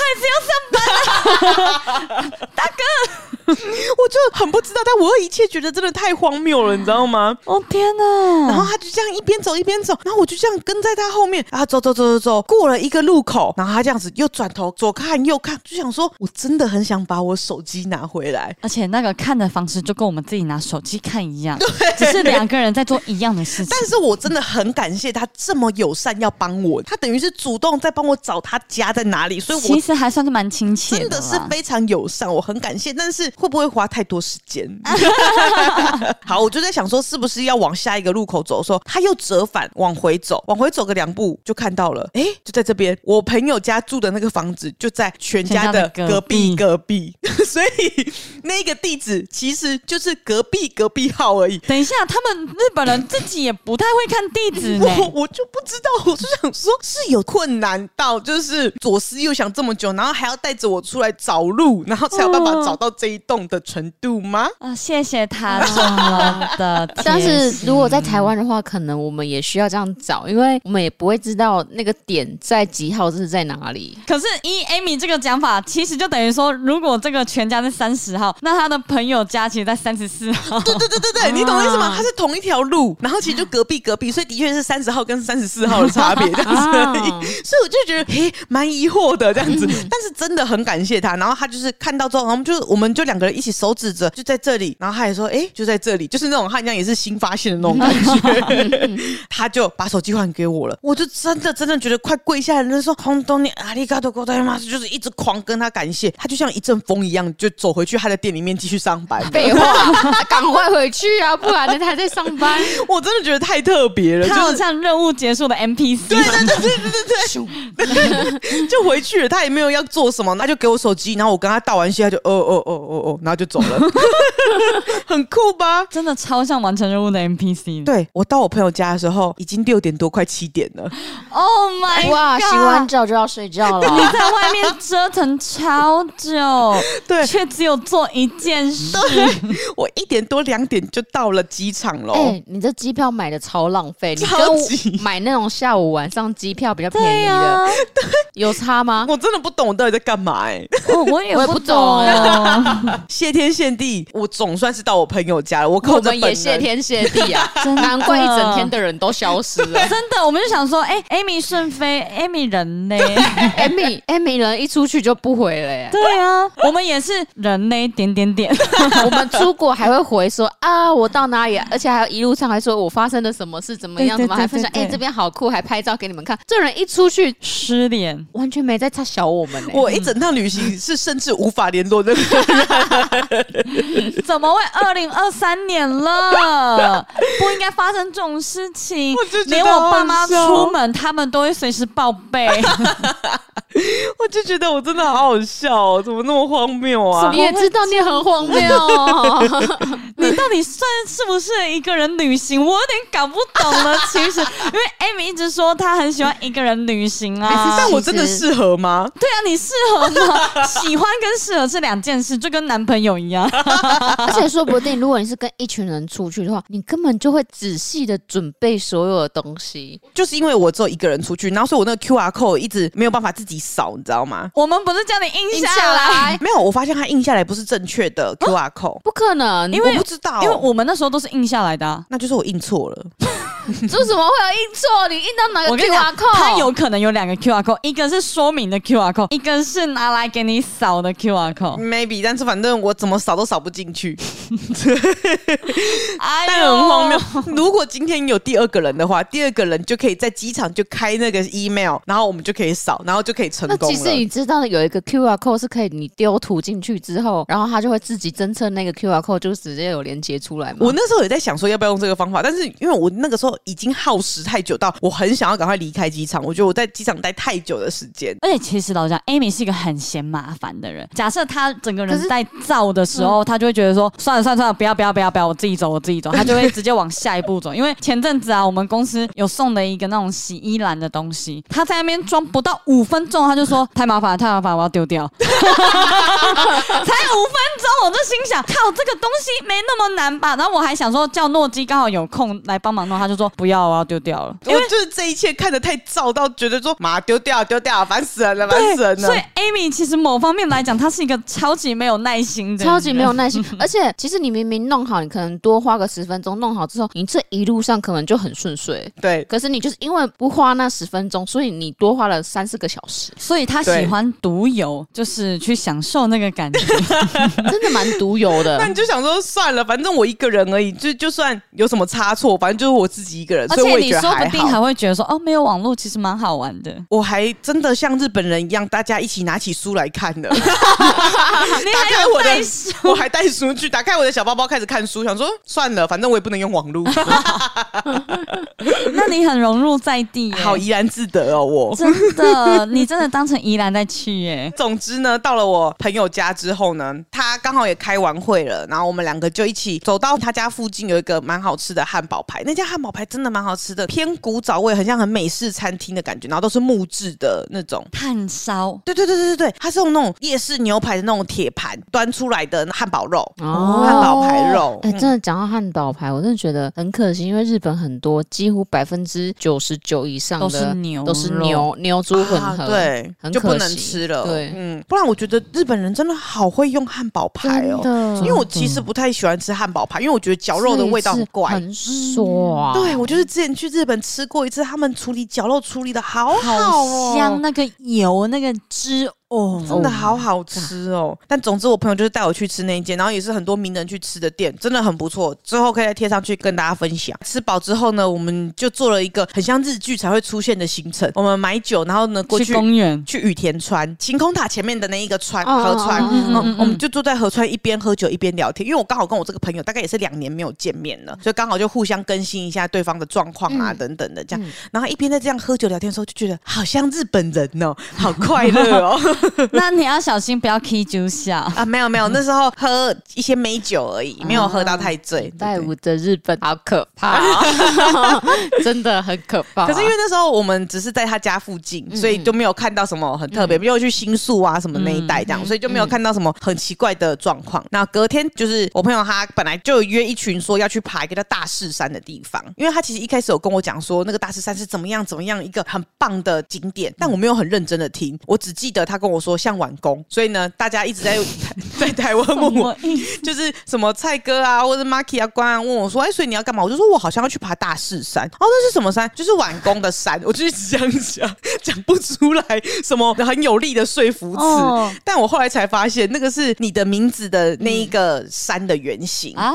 S2: 我就很不知道，但我一切觉得真的太荒谬了，你知道吗？
S1: 要上班。哦天哪！
S2: 然后他就这样一边走一边走，然后我就这样跟在他后面啊，走走走走走，过了一个路口，然后他这样子又转头左看右看，就想说，我真的很想把我手机拿回来。
S1: 而且那个看的方式就跟我们自己拿手机看一 样，只是两个人在做一样的事情。
S2: 但是我真的很感谢他这么友善，要帮我，他等于是主动在帮我找他家在哪里，所以
S1: 其
S2: 我
S1: 实还算是蛮亲切
S2: 真的是
S1: 啦
S2: 非常友善，我很感谢。但是会不会花太多时 间？好，我就在想说，是不是要往下一个路口走的时候，他又折返往回走，往回走个两步就看到了，哎、就在这边，我朋友家住的那个房子就在全
S1: 全家
S2: 家的
S1: 的
S2: 隔
S1: 隔
S2: 壁
S1: 壁
S2: 隔壁， 所以那个地址其实就是隔壁隔壁号而已。
S1: 等一下，他们日本人自己也不太会看地址呢。
S2: 我我就不知道，我就想说，是有困难到就是左思右想这么久，然后还要带着我出来找路，然后才有办法
S1: 嗯
S2: 找到这一栋的全程度吗？
S1: 啊，谢谢他这么 的贴心。
S3: 但是如果在台湾的话，可能我们也需要这样找，因为我们也不会知道那个点在几号是在哪里。
S1: 可是依 Amy 这个讲法，其实就等于说，如果这个全家在三十号，那他的朋友家其实在三十四号。
S2: 对对对对对，你懂我意思吗？它是同一条路，然后其实就隔壁隔壁，所以的确是三十号跟三十四号的差别这样子而已。
S3: 啊
S2: 所以我就觉得，嘿，蛮疑惑的这样子。但是真的很感谢他。然后他就是看到之后，然后我们就我们就两个人一起手指着，就在这里。然后他也说，哎、就在这里，就是那种他像也是新发现的那种感觉。他就把手机还给我了，我就真的真的觉得快跪下来了。那时候红东你阿里嘎多ございます，就是一直狂跟他感谢。他就像一阵风一样，就走回去他的店里面继续上班。
S3: 废话，赶快回去啊，不然人家还在上班。
S2: 我真的觉得太特别了，就
S1: 他好
S2: 是
S1: 像任务结束的 NPC，
S2: 对对对对对 对对， 就回去了，他也没有要做什么，他就给我手机，然后我跟他道完谢，他就哦哦哦哦哦，然后就走了， 很酷吧？
S1: 真的超像完成任务的 NPC。
S2: 对我到我朋友家的时候，已经六点多，快七点了。
S1: ，Oh my god！
S3: 哇，洗完澡就要睡觉
S1: 你
S3: 了。
S1: 在外面折腾超久，
S2: 对
S1: 却只有做一件事。
S2: 我一点多两点就到了机场喽。
S3: 哎、你这机票买的超浪费，你跟
S2: 超
S3: 我
S2: 级
S3: 买那种下午晚上机票比较便
S1: 对啊
S3: 宜
S1: 呀、
S3: 的，有差吗？
S2: 我真的不懂我到底在干嘛哎、
S1: 我哦我也
S3: 我也
S1: 不
S3: 不
S1: 懂
S3: 懂，啊
S2: 谢天谢地，我总算是到我朋友家了。我
S3: 我
S2: 靠着
S3: 们
S2: 本人，
S3: 也谢天谢地啊，
S1: 的
S3: 难怪一整天的人都消失 了。
S1: 真的，我们就想说，哎、a m y 顺飞，Amy 人嘞？
S3: Amy Amy 人哎一出去就不回了耶。
S1: 对啊，我们也是人嘞，点点点。
S3: 我们出国还会回说啊，我到哪里、啊，而且还有一路上还说我发生了什么事，怎么样，
S1: 对对
S3: 怎么还分享，
S1: 对对
S3: 哎、
S1: 对
S3: 这边好酷，还拍照给你们看。这人一出去，
S1: 失联，
S3: 完全没在他小我们呢、
S2: 我一整趟旅行是甚至无法联络的。
S1: 怎么会？二零二三年了，不应该发生这种事情
S2: 我就。觉得
S1: 连我爸妈
S2: 好笑
S1: 出门，他们都会随时报备。
S2: 我就觉得我真的好好笑、哦，怎么那么荒谬啊！
S3: 欸你也知道你很荒 谬、哦，
S1: 你到底算是不是一个人旅行？我有点搞不懂 了。其实，因为 Amy 一直说她很喜欢一个人旅行
S3: 还是
S1: 啊。
S2: 哎但我真的适合吗？
S1: 对啊，你适合吗？喜欢跟适合是两件事，就跟男朋友一 样。
S3: 而且说不定如果你是跟一群人出去的话，你根本就会仔细的准备所有的东西。
S2: 就是因为我只有一个人出去，然后所以我那个 QR code 一直没有办法自己扫，你知道吗？
S1: 我们不是叫你印
S3: 印
S1: 下来，
S3: 来，
S2: 没有，我发现它印下来不是正确的 QR code，、
S3: 不可能，
S1: 因为
S2: 我不知道，
S1: 因为我们那时候都是印下来的啊、
S2: 那就是我印错了。
S3: 你这怎么会有印错？你印到哪
S1: 我
S3: 个
S1: 跟你讲
S3: QR，code？
S1: 它有可能有两个 QR code，一个是说明的 QR code，一个是拿来给你扫的 QR code。
S2: Maybe，但是反正我怎么扫都扫不进去，
S1: 哎
S2: 但
S1: 呦，
S2: 很荒谬。 如果今天有第二个人的话，第二个人就可以在机场就开那个 email，然后我们就可以扫，然后就可以成
S3: 那
S2: 功
S3: 其
S2: 了。
S3: 实你知道有一个 QR code 是可以你丢图进去之后，然后它就会自己侦测那个 QR code，就直接有连接出来嘛。
S2: 我那时候也在想说要不要用这个方法，但是因为我那个时候已经耗时太久到，我很想要赶快离开机场。我觉得我在机场待太久的时间，
S1: 而且其实老实讲，Amy 是一个很嫌麻烦的人。假设她整个
S3: 可
S1: 人
S3: 是嗯
S1: 在造的时候，她就会觉得说，算了算了算了，不要不要不要不要，我自己走我自己走，她就会直接往下一步走。因为前阵子啊，我们公司有送的一个那种洗衣篮的东西，她在那边装不到五分钟，她就说太麻烦了太麻烦了，我要丢掉。 才五分钟，我就心想，靠，这个东西没那么难吧？然后我还想说叫诺基刚好有空来帮忙弄，她就说不要，我要丢掉了。
S2: 我就是这一切看得太燥到，觉得说妈丢掉丢掉，烦死人了，烦死人了
S1: 所以。Amy 其实某方面来讲，她是一个超级没有耐心的人，
S3: 超级没有耐心，而且其实你明明弄好，你可能多花个十分钟，弄好之后，你这一路上可能就很顺遂。
S2: 对，
S3: 可是你就是因为不花那十分钟，所以你多花了三四个小 时，
S1: 所以她喜欢独游，就是去享受那个感觉。
S3: 真的蛮独有的
S2: 那。你就想说算了，反正我一个人而已，就就算有什么差错，反正就是我自己一个人，
S1: 而
S2: 所以
S1: 且
S2: 我也
S1: 你
S2: 觉得
S1: 说不
S2: 还
S1: 定还。
S2: 好
S1: 会觉得说，哦，没有网络其实蛮好玩的。
S2: 我还真的像日本人一样，大家一起拿起书来看 的。 打
S1: 你还
S2: 开
S1: 有
S2: 我的
S1: 耐心，
S2: 我还带书去，打开我的小包包开始看书，想说算了，反正我也不能用网络，
S1: 那你很融入在地耶，
S2: 好怡然自得哦，我。
S1: 真的，你真的当成宜兰在去耶。
S2: 总之呢，到了我朋友家之后呢，他刚好也开完会了，然后我们两个就一起走到他家附近有一个蛮好吃的汉堡排，那家汉堡排真的蛮好吃的，偏古早味，很像很美式餐厅的感觉，然后都是木质的那种。
S1: 炭烧
S2: 对对对对对对，它是用那种夜市牛排的那种铁盘端出来的汉堡肉，
S3: 哦
S2: 汉堡排肉
S3: 哎、
S2: 嗯
S3: 真的讲到汉堡排，我真的觉得很可惜，因为日本很多几乎百分之九十九以上
S1: 都是
S3: 的
S1: 牛，
S3: 都是。牛牛猪混合，
S2: 啊，对
S3: 很，
S2: 就不
S3: 可
S2: 能
S3: 惜
S2: 吃了。
S3: 对
S2: 嗯，不然我觉得日本人真的好会用汉堡排哦。
S3: 的
S1: 真
S2: 因为我其实不太喜欢吃汉堡排，因为我觉得绞肉的味道很怪。嗯
S3: 很爽。
S2: 对，我就是之前去日本吃过一次，他们处理绞肉处理的好好哦
S1: 好香，，那个油，那个汁哦，
S2: 真的好好吃哦。但总之，我朋友就是带我去吃那一间，然后也是很多名人去吃的店，真的很不错。之后可以再贴上去跟大家分享。吃饱之后呢，我们就做了一个很像日剧才会出现的行程，我们买酒，然后呢过去
S1: 去公园，
S2: 去羽田川晴空塔前面的那一个川
S3: 哦
S2: 河川，
S3: 哦哦
S2: 嗯
S1: 哦
S2: 我们就坐在河川一边喝酒一边聊天，因为我刚好跟我这个朋友大概也是两年没有见面了，所以刚好就互相更新一下对方的状况啊、
S3: 嗯
S2: 等等的这样
S3: 嗯，
S2: 然后一边在这样喝酒聊天的时候，就觉得好像日本人哦， 好快乐哦
S1: 那你要小心，不要 K 酒下。
S2: 啊！没有没有，那时候喝一些美酒而已，没有喝到太醉。啊对
S3: 拜
S2: 对
S3: 五的日本好可 怕、哦，真的很可怕、
S2: 可是因为那时候我们只是在他家附近，
S3: 嗯
S2: 所以就没有看到什么很特别，没有去新宿啊什么那一带这样，所以就没有看到什么很奇怪的状况。那隔天就是我朋友他本来就有约一群说要去爬一个叫大势山的地方，因为他其实一开始有跟我讲说那个大势山是怎么样怎么样一个很棒的景点，但我没有很认真的听，我只记得他跟我说像晚工，所以呢大家一直在 在台湾问 我
S1: 我一
S2: 就是什么蔡哥啊，或者 Marky 啊，官啊，问我说，哎，所以你要干嘛？我就说我好像要去爬大势山。哦，那是什么山？就是晚工的山。我就是一直这样讲，讲不出来什么很有力的说服词。
S1: 哦
S2: 但我后来才发现，那个是你的名字的那一个山的原型。嗯
S1: 啊，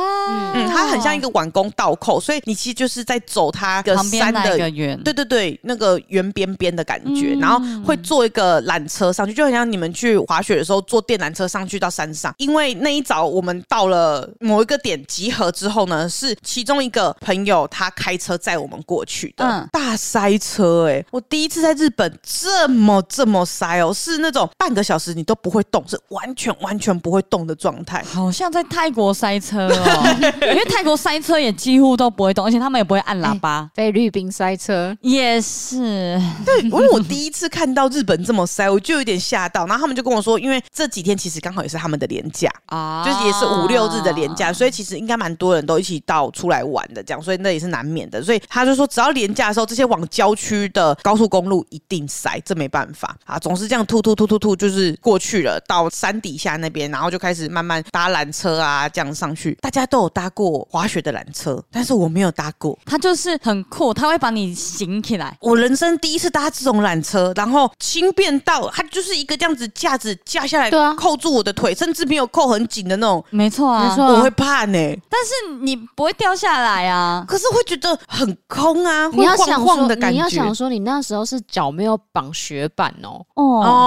S2: 它很像一个碗工倒扣，所以你其实就是在走它的
S1: 旁边
S2: 山
S1: 那
S2: 的
S1: 一个圆，
S2: 对对对，那个圆边边的感觉，
S1: 嗯
S2: 然后会坐一个缆车上去，就很像你们去滑雪的时候坐电缆车上去到山上。因为那一早我们到了某一个点集合之后呢，是其中一个朋友他开车载我们过去的，
S1: 嗯
S2: 大塞车哎、我第一次在日本这么这么塞哦，是那种半个小时你都不会动，是完全完全不会动的 状态。
S1: 好像在泰国塞车哦，因为泰国塞车也几乎都不会动，而且他们也不会按喇
S2: 哎
S1: 叭。
S3: 菲律宾塞车，
S1: 也是，
S2: 对，因为我第一次看到日本这么塞，我就有点吓到。然后他们就跟我说，因为这几天其实刚好也是他们的年假，
S1: 啊
S2: 就是也是五六日的连
S3: 啊
S2: 假，所以其实应该蛮多人都一起到出来玩的，这样，所以那也是难免的。所以他就说，只要连假的时候，这些往郊区的高速公路一定塞，这没办法啊。总是这样突突突突突，就是过去了，到山底下那边，然后就开始慢慢搭缆车啊，这样上去。大家都有搭过滑雪的缆车，但是我没有搭过。
S1: 它就是很酷，它会把你醒起来。
S2: 我人生第一次搭这种缆车，然后轻便到它就是一个这样子架子架下来，
S3: 对啊
S2: 扣住我的腿，甚至没有扣很紧的那种，
S1: 没错啊，
S3: 没错啊
S2: 我会怕呢、
S1: 但是你不会掉下来啊。
S2: 可是会觉得很空啊，
S3: 你
S2: 会
S3: 要想
S2: 晃
S3: 说
S2: 晃的，感
S3: 你要
S2: 觉
S3: 想。说，你那时候是脚没有绑雪板哦，
S1: 哦，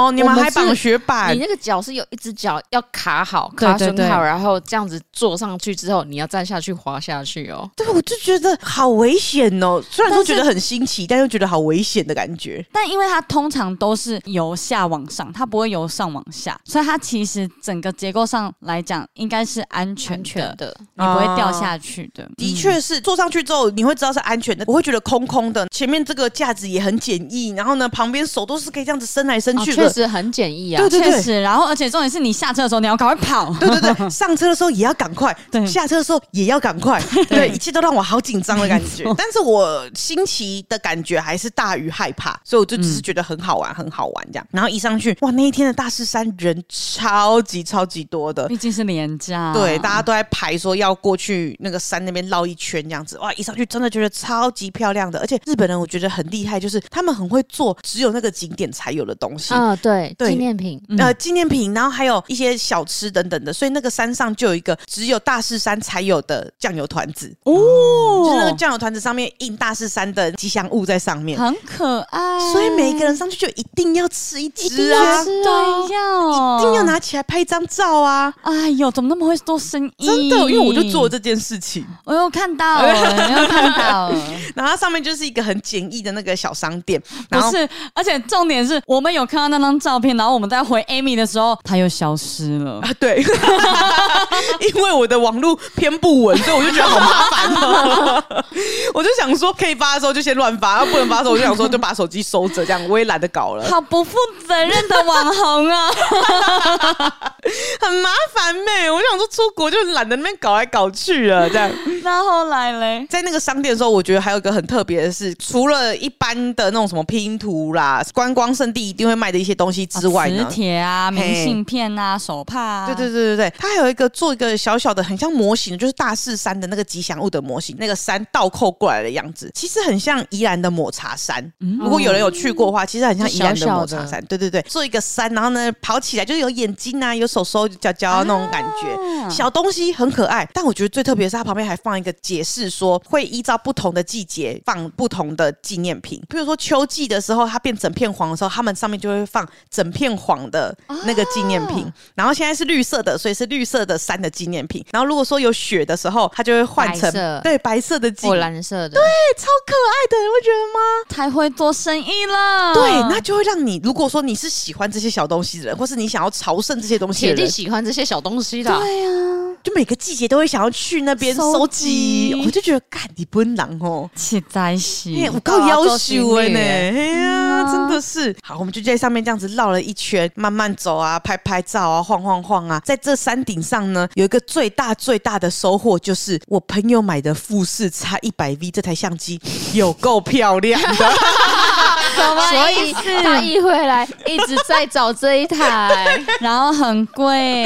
S2: 哦，你们
S3: 我们
S2: 还绑雪板
S3: 你？那个脚是有一只脚要卡好、
S1: 对
S3: 卡
S1: 对
S3: 榫好，
S1: 对
S3: 然后这样子坐上去之后，你要站下去滑下去哦。
S2: 对，我就觉得好危险哦。虽然说觉得很新奇，但又觉得好危险的感觉。
S1: 但因为它通常都是由下往上，它不会由上往下，所以它其实整个结构上来讲应该是安全
S3: 安
S1: 的，
S3: 全的，
S1: 你不会掉下去的。
S2: 哦的
S1: 嗯
S2: 确是坐上去之后，你会知道是安全的。我会觉得空空的，前面这个架子也很简易，然后呢，旁边手都是可以这样子伸来伸
S3: 哦
S2: 去
S3: 确
S2: 的。
S3: 实很简易啊。
S2: 对对
S1: 确
S2: 对，
S1: 实，然后而且重点是你下车的时候你要赶快跑，
S2: 对对对，上车的时候也要赶快，
S1: 对
S2: 下车的时候也要赶快，对，一切都让我好紧张的感觉。但是我新奇的感觉还是大于害怕，所以我就只是觉得很好玩，很好玩这样。然后一上去，哇，那一天的大势山人超级超级多的。
S1: 毕竟是廉价。
S2: 对，大家都在排说要过去那个山那边绕一圈这样子，哇！一上去真的觉得超级漂亮的，而且日本人我觉得很厉害，就是他们很会做只有那个景点才有的东西。
S3: 啊，对，
S2: 对
S3: 纪念品。
S1: 嗯
S2: 呃，纪念品，然后还有一些小吃等等的，所以那个山上就有一个只有大势山才有的酱油团子，
S1: 哦，
S2: 就是那个酱油团子上面印大势山的吉祥物在上面，
S1: 很可爱，
S2: 所以每一个人上去就一定要吃一
S3: 一定
S2: 只
S3: 要
S1: 哦
S2: 啊，
S3: 吃
S1: 对要
S2: 一定要拿起来拍一张照啊！
S1: 哎呦，怎么那么会做生意？
S2: 真的，因为我就
S1: 嗯
S2: 做了这件事情。
S1: 我又看到了，又看 到了，
S2: 然后它上面就是一个很简易的那个小商店，然
S1: 不
S2: 后
S1: 是，而且重点是我们有看到那张照片，然后我们在回 Amy 的时候，他又消失 了。
S2: 啊，对，因为我的网络偏不稳，所以我就觉得好麻烦哦。我就想说，可以发的时候就先乱发，要不能发的时候，我就想说就把手机收着，这样我也懒得搞了，
S1: 好不负责任的网红 啊！
S2: 很麻烦妹、我就想说出国就懒得那边搞来搞去了，这样。
S1: 那后来嘞，
S2: 在那个商店的时候，我觉得还有一个很特别的是，除了一般的那种什么拼图啦、观光圣地一定会卖的一些东西之外呢
S1: 磁，铁啊，
S2: 嘿
S1: 明信片啊，手帕啊，
S2: 对对对对对，它还有一个做一个小小的很像模型，就是大势山的那个吉祥物的模型，那个山倒扣过来的样子，其实很像宜兰的抹茶山。如果有人有去过的话，其实很像宜兰的抹茶
S3: 嗯小小
S2: 山。对对对，做一个山，然后呢跑起来就是有眼睛啊，有手手脚脚那种感觉，小东西很可爱。但我觉得最特别的是它旁边还放一个解释说，会依照不同的季节放不同的纪念品。比如说秋季的时候，它变整片黄的时候，它们上面就会放整片黄的那个纪念
S3: 啊
S2: 品。然后现在是绿色的，所以是绿色的山的纪念品。然后如果说有雪的时候，它就会换成
S3: 白色
S2: 对白色的纪
S3: 或
S2: 念品，
S3: 蓝色的，对，
S2: 超可爱的，你会觉得吗？
S1: 太会做生意了。
S2: 对，那就会让你，如果说你是喜欢这些小东西的人，或是你想要朝圣这些东西
S3: 铁
S2: 的
S3: 定
S2: 人，
S3: 喜欢这些小东西的。啊
S2: 就每个季节都会想要去那边
S1: 收
S2: 收集
S1: 集。
S2: 我就觉得，干你不能哦。
S1: 起在
S2: 哎，
S1: 洗
S2: 我够要求的
S3: 做
S2: 呢，
S3: 心理
S2: 哎呀，
S1: 嗯啊
S2: 真的是好，我们就在上面这样子绕了一圈，慢慢走啊，拍拍照啊，晃晃晃啊，在这山顶上呢，有一个最大最大的收获就是我朋友买的富士叉一百 V 这台相机有够漂亮的，
S3: 所以他一回来一直在找这一台，
S1: 然后很 贵，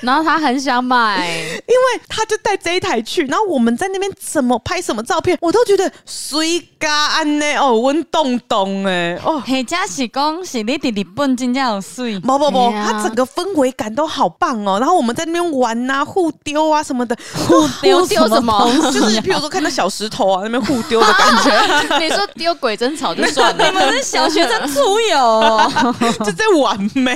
S3: 然后他很想 买，
S2: 因为他就带这一台去，然后我们在那边怎么拍什么照片，我都觉得水嘎安呢，哦，温动动哎，哦。
S1: 黑家喜恭喜你弟弟本真正有 水。
S2: 不不不，
S3: 对啊
S2: 它整个氛围感都好棒哦。然后我们在那边玩呐、互丢啊什么 的，
S1: 丢
S3: 我丢什么
S1: 东西
S2: 就
S1: 啊
S2: 是比如说看到小石头啊，那边互丢的感
S3: 你说丢鬼针草就算 了
S1: 你，们是小学生出游哦、
S2: 觉，就在完美，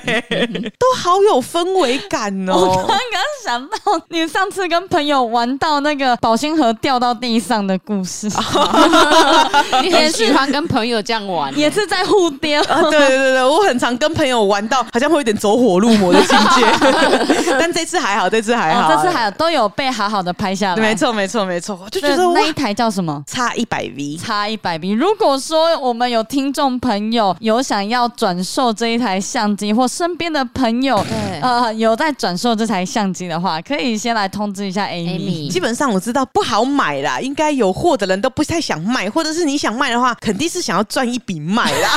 S2: 都好有氛围感
S1: 我刚
S2: 哦。
S1: 刚想到你上次跟朋友玩到那个保鲜盒掉到地上的故事，
S2: 哦
S3: 你很喜欢跟朋友这样玩，
S1: 也是在互丢。
S2: 啊，对对对对，我很常跟朋友玩到，好像会有点走火入魔的境界， 但这次还好，这次还
S1: 哦
S2: 好，，
S1: 这次还有都有被好好的拍下来。
S2: 没，错没错没错，我就觉
S1: 那
S2: 得哇
S1: 那，一台叫什么？
S2: 差一百 V，
S1: 差一百米。如果说我们有听众朋友有想要转售这一台相机，或身边的朋友
S3: 对
S1: 呃有在转售这台相机的话，可以先来通知一下 Amy。
S3: Amy
S2: 基本上我知道不好买啦，应该有货的人都不太想卖，或者是你想卖的话，肯定是想要赚一笔卖啦。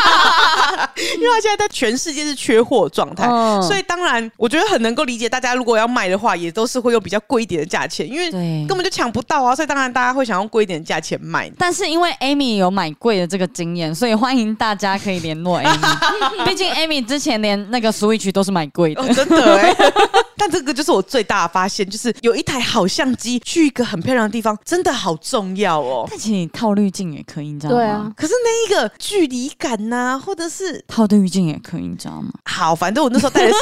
S2: 因为他现在在全世界是缺货状态，
S1: 嗯
S2: 所以当然我觉得很能够理解大家如果要卖的话，也都是会用比较贵一点的价钱，因为
S1: 对
S2: 根本就抢不到啊，所以当然大家会想用贵一点的价钱卖。
S1: 但是因为 Amy 有买贵的这个经验，所以欢迎大家可以联络 Amy。毕竟 Amy 之前连那个 Switch 都是买贵的
S2: 哦，。真的哎、 但这个就是我最大的发现，就是有一台好相机去一个很漂亮的地方，真的好重要哦。
S1: 但其实你套滤镜也可以，你知道吗？
S3: 对啊，
S2: 可是那一个距离感呐、或者是
S1: 套滤镜也可以，你知道吗？
S2: 好，反正我那时候带的 是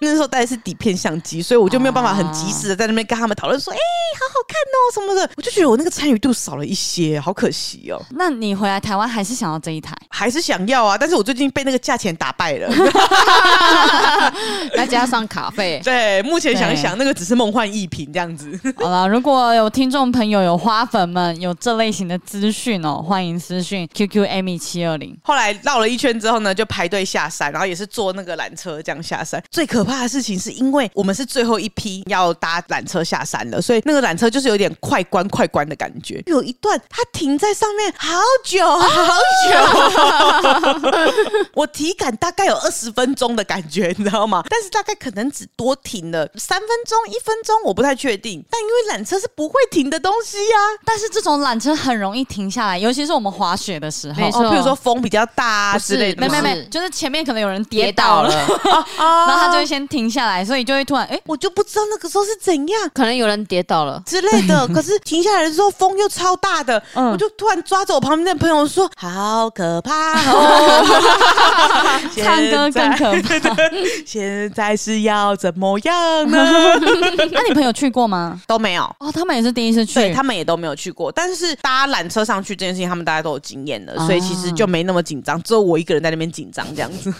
S2: 那时候带的是底片相机，所以我就没有办法很及时的在那边跟他们讨论说，哎、好好看哦什么的，我就觉得我那个参与度少了一些，好可惜哦。
S1: 那你回来台湾还是想要这一台？
S2: 还是想要啊，但是我最近被那个价钱打败了。
S3: 再加上卡费，
S2: 对，目前想一想，那个只是梦幻一品这样子。
S1: 好了，如果有听众朋友有花粉们有这类型的资讯哦，欢迎私讯 QQ Amy 七二零。
S2: 后来绕了一圈之后呢，就排队下山，然后也是坐那个缆车这样下山。最可怕的事情是因为我们是最后一批要搭缆车下山的，所以那个缆车就是有点快关快关的感觉。有一段它停在上面好久好久，我体感大概有二十分钟的感觉，你知道吗？但是大概可能只多停了三分钟、一分钟，我不太确定。但因为缆车是不会停的东西呀、
S1: 但是这种缆车很容易停下来，尤其是我们滑雪的时候
S3: 没。错
S2: 哦，譬如说风比较大啊
S3: 不是
S2: 之类的
S1: 没
S2: 吗，
S1: 没
S3: 是
S1: 没，就是前面可能有人跌
S3: 跌
S1: 倒
S3: 倒
S1: 了，
S3: 了，
S2: 啊
S1: 然后 他就会先停下来，所以就会突然哎、
S2: 我就不知道那个时候是怎样
S3: 可能有人跌倒了。
S2: 之 类的。可是停下来的时候风又超大的，
S1: 嗯
S2: 我就突然抓着我旁边的朋友说：“好可怕哦！”
S1: 唱歌更可怕
S2: 现在现在是要怎么样 呢？
S1: 那你朋友去过吗？
S2: 都没有。
S1: 哦，他们也是第一次去，
S2: 对他们也都没有去过，但是搭缆车上去这件事情，他们大家都有经验的，所以其实就没那么紧张，只有我一个人在那边紧张这样子。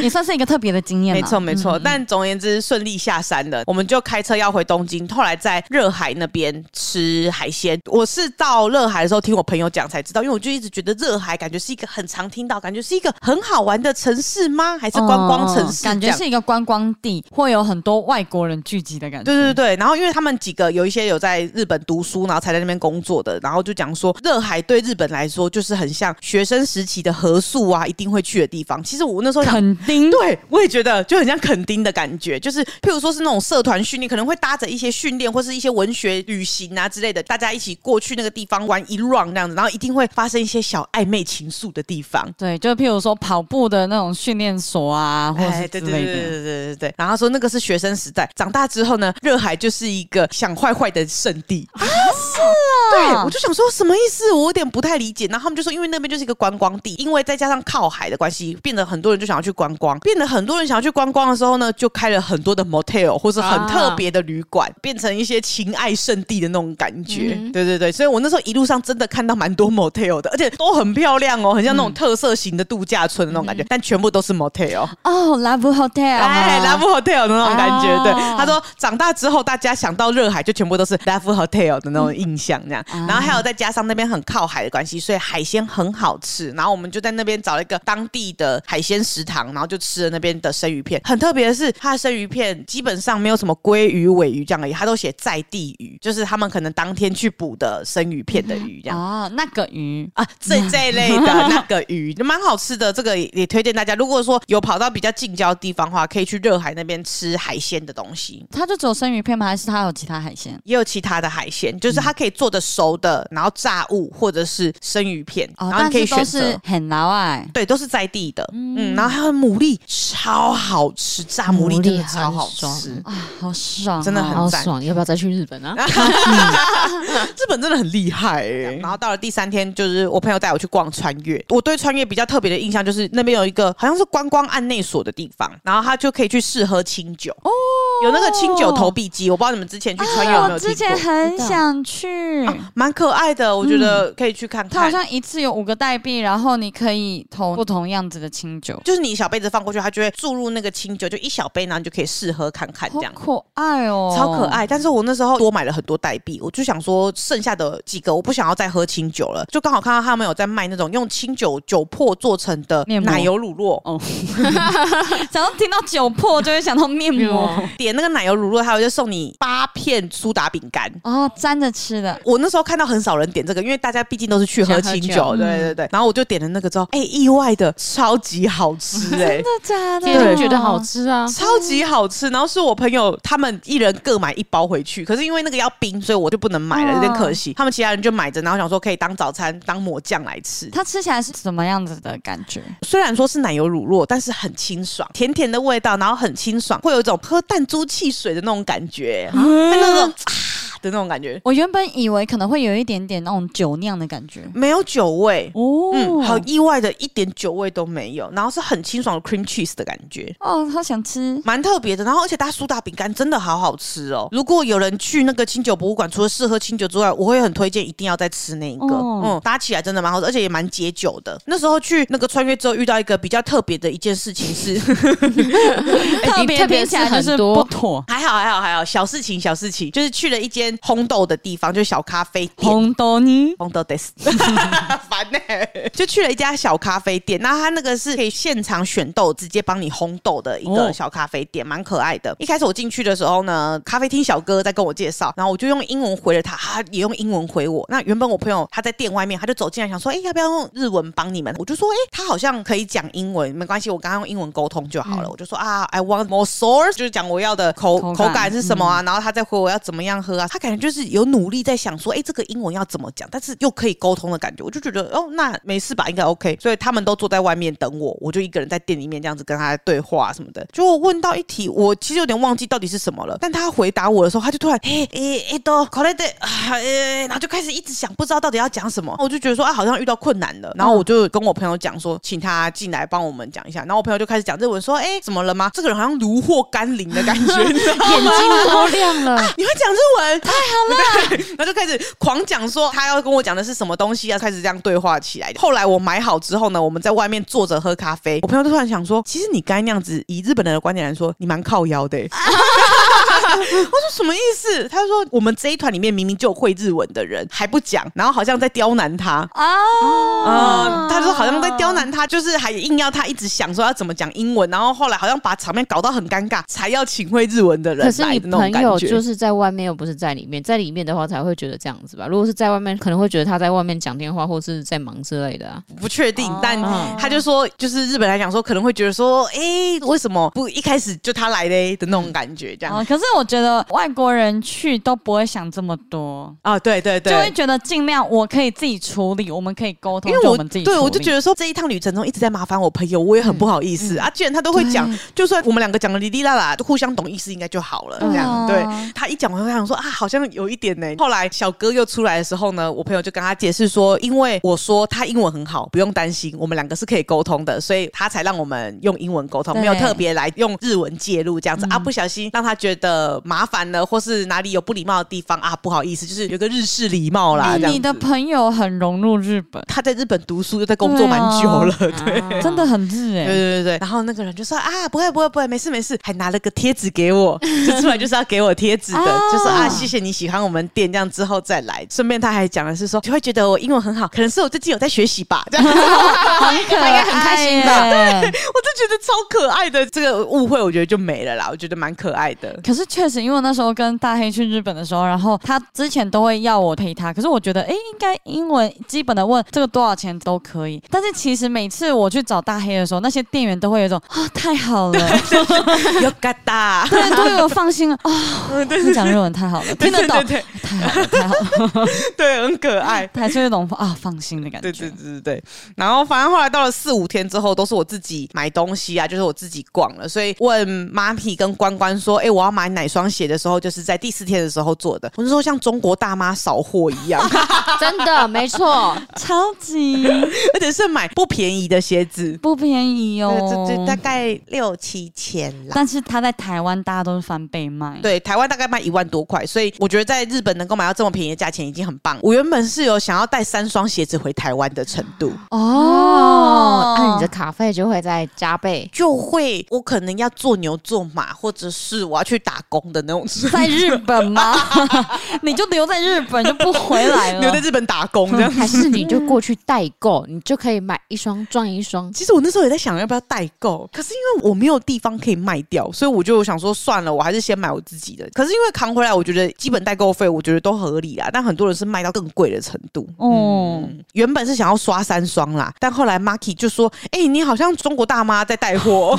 S1: 也算是一个特别的经验啦
S2: 没错，没
S1: 嗯
S2: 错。但总而言之，顺利下山了，我们就开车要回东京。后来在热海那边吃海鲜，我是到热海的时候听我朋友讲才知道，因为我就一直觉得热海感觉是一个很常听到，感觉是一个很好玩的城市吗？还是观光城
S1: 嗯
S2: 市这
S1: 感
S2: 样？
S1: 觉是一个观光地，会有很多外国人聚集的感觉。
S2: 对对对，然后因为他们几个有一些有在日本读书，然后才在那边工作的，然后就讲说热海对日本来说就是很像学生时期的合宿啊，一定会去的地方。其实我那时候想。
S1: 肯定
S2: 对，我也觉得就很像垦丁的感觉，就是譬如说是那种社团训练，可能会搭着一些训练或是一些文学旅行啊之类的，大家一起过去那个地方玩一 round 这样子，然后一定会发生一些小暧昧情愫的地方。
S1: 对，就譬如说跑步的那种训练所啊，或者
S2: 哎，
S1: 是
S2: 对
S1: 之
S2: 对对
S1: 类
S2: 对对
S1: 的。
S2: 对对对。然后他说那个是学生时代，长大之后呢，热海就是一个想坏坏的圣地。啊， 对，我就想说什么意思？我有点不太理解。然后他们就说，嗯因为那边就是一个观光地，因为再加上靠海的关系，变得很多人就想要去观光，变得很多人想要去观光的时候呢，就开了很多的 motel 或是很
S3: 啊
S2: 特别的旅馆，变成一些情爱圣地的那种感觉。
S3: 嗯
S2: 对对对，所以我那时候一路上真的看到蛮多 motel 的，而且都很漂亮哦，很像那
S3: 嗯
S2: 种特色型的度假村的那种感觉，但全部都是 motel。
S1: 哦，Love Hotel，
S2: 哎，Love Hotel 的那种感觉，
S1: 啊
S2: 对。他说长大之后，大家想到热海就全部都是 Love Hotel 的那种印象，这样。
S1: 嗯
S2: 然后还有再加上那边很靠海的关系，所以海鲜很好吃。然后我们就在那边找了一个当地的海鲜食堂，然后就吃了那边的生鱼片。很特别的是，它的生鱼片基本上没有什么鲑鱼、尾鱼这样而已，它都写在地鱼，就是他们可能当天去捕的生鱼片的鱼这样。
S1: 哦，那个鱼，
S2: 啊， 这这一类的那个鱼蛮好吃的，这个也也推荐大家。如果说有跑到比较近郊地方的话，可以去热海那边吃海鲜的东西，
S1: 它就只有生鱼片吗？还是它有其他海鲜？
S2: 也有其他的海鲜，就是它可以做的熟的，然后炸物或者是生鱼片，
S1: 哦，
S2: 然后
S1: 但
S2: 你可
S1: 是
S2: 以选
S1: 都
S2: 择
S1: 是。很老哎，
S2: 对，都是在地的，嗯，然后还有牡蛎超好吃，炸牡蛎真的超好
S3: 牡蛎很
S2: 吃，
S1: 啊，好爽哦，
S2: 真的很
S3: 好
S2: 赞
S3: 爽，要不要再去日本啊？
S2: 日本真的很厉害、欸。然后到了第三天，就是我朋友带我去逛穿越。我对穿越比较特别的印象就是那边有一个好像是观光案内所的地方，然后他就可以去试喝清酒哦，有那个清酒投币机，我不知道你哦们之前去穿越有没
S1: 啊我
S2: 有
S1: 之
S2: 听
S1: 前
S2: 过。
S1: 很想去。
S2: 啊蛮可爱的，我觉得可以去看
S1: 它好
S2: 看。
S1: 像一次有五个代币，然后你可以投不同样子的清酒，
S2: 就是你小杯子放过去，它就会注入那个清酒，就一小杯，然后你就可以试喝看看这
S1: 好
S2: 样。
S1: 可爱哦，
S2: 超可爱。但是我那时候多买了很多代币，我就想说剩下的几个我不想要再喝清酒了，就刚好看到他们有在卖那种用清酒酒粕做成的
S1: 面膜
S2: 奶油乳酪。
S1: 哦。想要听到酒粕就会想到面膜
S3: 嗯
S2: 点那个奶油乳酪，还有就送你八片苏打饼干。
S1: 哦，沾着吃的，
S2: 我那时候看到很少人点这个，因为大家毕竟都是去喝清
S3: 想
S2: 酒，
S3: 喝酒
S2: 对对对。然后我就点了那个之后，哎、意外的超级好 吃哎、
S1: 真的假的？
S3: 天
S2: 对
S3: 天觉得好吃啊，
S2: 超级好吃，然后是我朋友他们一人各买一包回去，可是因为那个要冰，所以我就不能买了，有点可惜。他们其他人就买着，然后想说可以当早餐当抹酱来吃。
S1: 它吃起来是什么样子的感觉？
S2: 虽然说是奶油乳酪，但是很清爽，甜甜的味道，然后很清爽，会有一种喝弹珠汽水的那种感觉，会那种啊的那种感觉，
S1: 我原本以为可能会有一点点那种酒酿的感觉
S2: 没有酒味。
S1: 哦，
S2: 嗯，好意外的，一点酒味都没有，然后是很清爽的 cream cheese 的感觉。
S1: 哦，好想吃。
S2: 蛮特别的，然后而且它苏打饼干真的好好吃哦。如果有人去那个清酒博物馆，除了试喝清酒之外，我会很推荐一定要再吃那一个。
S1: 哦
S2: 嗯，搭起来真的蛮好吃，而且也蛮解酒的。那时候去那个穿越之后，遇到一个比较特别的一件事情是， 哎
S1: 特别
S3: 特别
S1: 听起来
S3: 是很
S1: 就是不
S3: 多
S1: 妥。
S2: 还好还好还好，小事情小事情，就是去了一间烘豆的地方，就是小咖啡店。
S1: 红豆泥
S2: 红豆 des，烦呢、嗯 就去了一家小咖啡店，那他那个是可以现场选豆，直接帮你烘豆的一个
S1: 哦
S2: 小咖啡店，蛮可爱的。一开始我进去的时候呢，咖啡厅小哥在跟我介绍，然后我就用英文回了他，他也用英文回我。那原本我朋友他在店外面，他就走进来想说，哎、要不要用日文帮你们？我就说，哎、他好像可以讲英文，没关系，我刚刚用英文沟通就好了。我就说啊，I want more sauce，就是讲我要的口口
S1: 口感
S2: 感是什么啊，然后他再回我要怎么样喝啊。他感觉就是有努力在想说，哎、这个英文要怎么讲，但是又可以沟通的感觉，我就觉得哦，那没事吧，应该 OK。所以他们都坐在外面等我，我就一个人在店里面这样子跟他对话什么的。就我问到一题，我其实有点忘记到底是什么了，但他回答我的时候，他就突然哎哎哎都 c o l l e 啊，诶然后就开始一直想，不知道到底要讲什么。我就觉得说啊，好像遇到困难了，然后我就跟我朋友讲说，请他进来帮我们讲一下。然后我朋友就开始讲日文，说哎、怎么了吗？这个人好像如获甘霖的感觉，你知道吗？
S3: 眼睛都 亮了。
S2: 你会讲日文，太好了。然后就开始狂讲说他要跟我讲的是什么东西啊，开始这样对话起来。后来我买好之后呢，我们在外面坐着喝咖啡，我朋友就突然想说，其实你该那样子，以日本人的观点来说，你蛮靠腰的、欸。 我说什么意思？他就说我们这一团里面明明就有会日文的人，还不讲，然后好像在刁难他。
S1: 哦
S3: 啊
S2: 嗯，他说好像在刁难他，就是还硬要他一直想说要怎么讲英文，然后后来好像把场面搞到很尴尬，才要请会日文的人
S3: 可是
S2: 来
S3: 你
S2: 的那种
S3: 朋
S2: 感
S3: 友
S2: 觉。
S3: 就是在外面，又不是在里面，在里面的话才会觉得这样子吧。如果是在外面，可能会觉得他在外面讲电话或是在忙之类的啊。
S2: 不确定，但
S1: 哦
S2: 他就说，就是日本来讲说，可能会觉得说，哎、为什么不一开始就他来嘞的那种感觉，这样、
S1: 哦，可是我觉得外国人去都不会想这么多，
S2: 啊，对对
S1: 就会
S2: 对。
S1: 觉得尽量我可以自己处理，我们可以沟通，
S2: 因为
S1: 就
S2: 我
S1: 们自己
S2: 对
S1: 处
S2: 我就
S1: 理嗯
S2: 觉得说这一趟旅程中一直在麻烦我朋友，我也很不好意思、啊。既然他都会讲，就算我们两个讲的哩哩啦啦，就互相懂意思应该就好了。这样
S1: 对
S2: 对
S1: 啊
S2: 他一讲，我就想说啊，好像有一点呢。后来小哥又出来的时候呢，我朋友就跟他解释说，因为我说他英文很好，不用担心，我们两个是可以沟通的，所以他才让我们用英文沟通，
S1: 对嗯
S2: 没有特别来用日文介入这样子、啊。不小心让他觉得麻烦了，或是哪里有不礼貌的地方啊，不好意思，就是有个日式礼貌啦。
S1: 哎
S2: 这样子
S1: 你的朋友很融入日本，
S2: 他在日本读书又在工作蛮久了，对、
S3: 啊
S1: 真的很日哎、
S2: 对对对对，然后那个人就说啊，不会不会不会，没事没事，还拿了个贴纸 给我，就出来就是要给我贴纸的，
S1: 啊
S2: 就说啊，谢谢你喜欢我们店，这样之后再来。顺便他还讲的是说，你会觉得我英文很好，可能是我最近有在学习吧，这 样我就
S1: 很可爱、
S3: 他应该
S1: 耶
S3: 很开心吧
S2: 觉得超可爱的。这个误会我觉得就没了啦，我觉得蛮可爱 的。
S1: 可是确实，因为我那时候跟大黑去日本的时候，然后他之前都会要我陪他，可是我觉得，哎、应该英文基本的问这个多少钱都可以。但是其实每次我去找大黑的时候，那些店员都会有一种啊、太 好了，
S2: 有嘎达，
S1: 对，都有放心了啊，你讲日文太好了，听得懂，
S2: 对对
S1: 太好了，太好了，
S2: 对对，很可爱。
S1: 还是有一种啊放心的感觉。
S2: 对对对对对。然后反正后来到了四五天之后，都是我自己买东西啊，就是我自己逛了。所以问妈咪跟关关说：“哎、我要买哪双鞋的时候，就是在第四天的时候做的。”我就说像中国大妈扫货一样，
S3: 真的没错。
S1: 超级
S2: 而且是买不便宜的鞋子，
S1: 不便宜哦，
S2: 对，这大概六七千啦。
S1: 但是他在台湾大家都是翻倍卖，
S2: 对，台湾大概卖一万多块，所以我觉得在日本能够买到这么便宜的价钱已经很棒。我原本是有想要带三双鞋子回台湾的程度，
S1: 哦，
S3: 哦那你的卡费就会再加倍。
S2: 就会我可能要做牛做马，或者是我要去打工的那种 程度
S1: 在日本吗？ 你就留在日本就不回来了，
S2: 留在日本打工 这样。
S3: 还是你就过去代购，你就可以买一双赚一双。
S2: 其实我那时候也在想要不要代购，可是因为我没有地方可以卖掉，所以我就想说算了，我还是先买我自己的。可是因为扛回来，我觉得基本代购费我觉得都合理啦，但很多人是卖到更贵的程度。
S1: 哦，
S3: 嗯
S2: 原本是想要刷三双啦，但后来 Marky 就说：“哎、你好像中国大妈在带货。”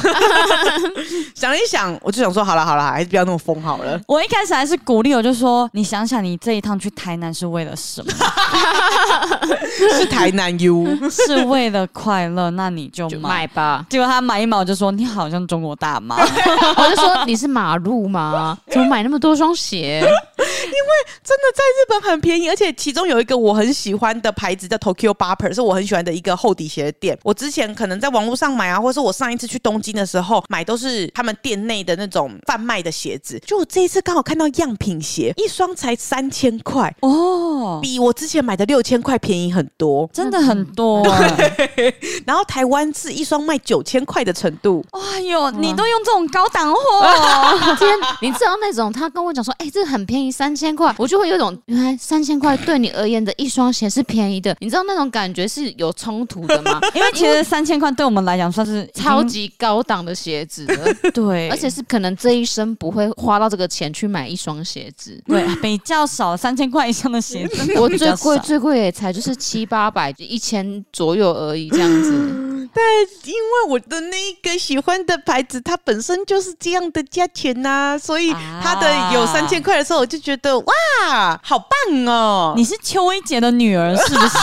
S2: 想一想，我就想说好了好了，还是不要那么疯好了。
S1: 我一开始还是鼓励，我就说你想想，你这一趟去台南是为了什 么？
S2: 是台南 U，
S1: 是为了快乐，那你就
S3: 就
S1: 买，
S3: 买。吧
S1: 结果他买一买，我就说你好像中国大 妈，
S3: 我就说你是马路吗？怎么买那么多双鞋？
S2: 真的在日本很便宜，而且其中有一个我很喜欢的牌子叫 Tokyo Bopper，是我很喜欢的一个厚底鞋的店。我之前可能在网络上买啊，或是我上一次去东京的时候买，都是他们店内的那种贩卖的鞋子。就我这一次刚好看到样品鞋，一双才三千块，
S1: 哦，
S2: 比我之前买的六千块便宜很多。
S1: 真的很多、哎
S2: 然后台湾是一双卖九千块的程度，
S1: 哎呦，你都用这种高 档货，
S3: 天，你知道那种他跟我讲说，哎、这很便宜，三千块，我就会有一种原来三千块对你而言的一双鞋是便宜的，你知道那种感觉是有冲突的 吗？
S1: 因为其实三千块对我们来讲算是已经
S3: 超级高档的鞋子了，
S1: 对，
S3: 而且是可能这一生不会花到这个钱去买一双鞋子。
S1: 对比较少三千块以上的鞋 子，
S3: 我最贵
S1: 最。
S3: 最贵也才就是七八百、一千左右而已，这样子。
S2: 因为我的那一个喜欢的牌子，它本身就是这样的价钱呐、所以它的有
S1: 啊
S2: 三千块的时候，我就觉得哇，好棒 哦！
S1: 你是邱薇姐的女儿是不 是？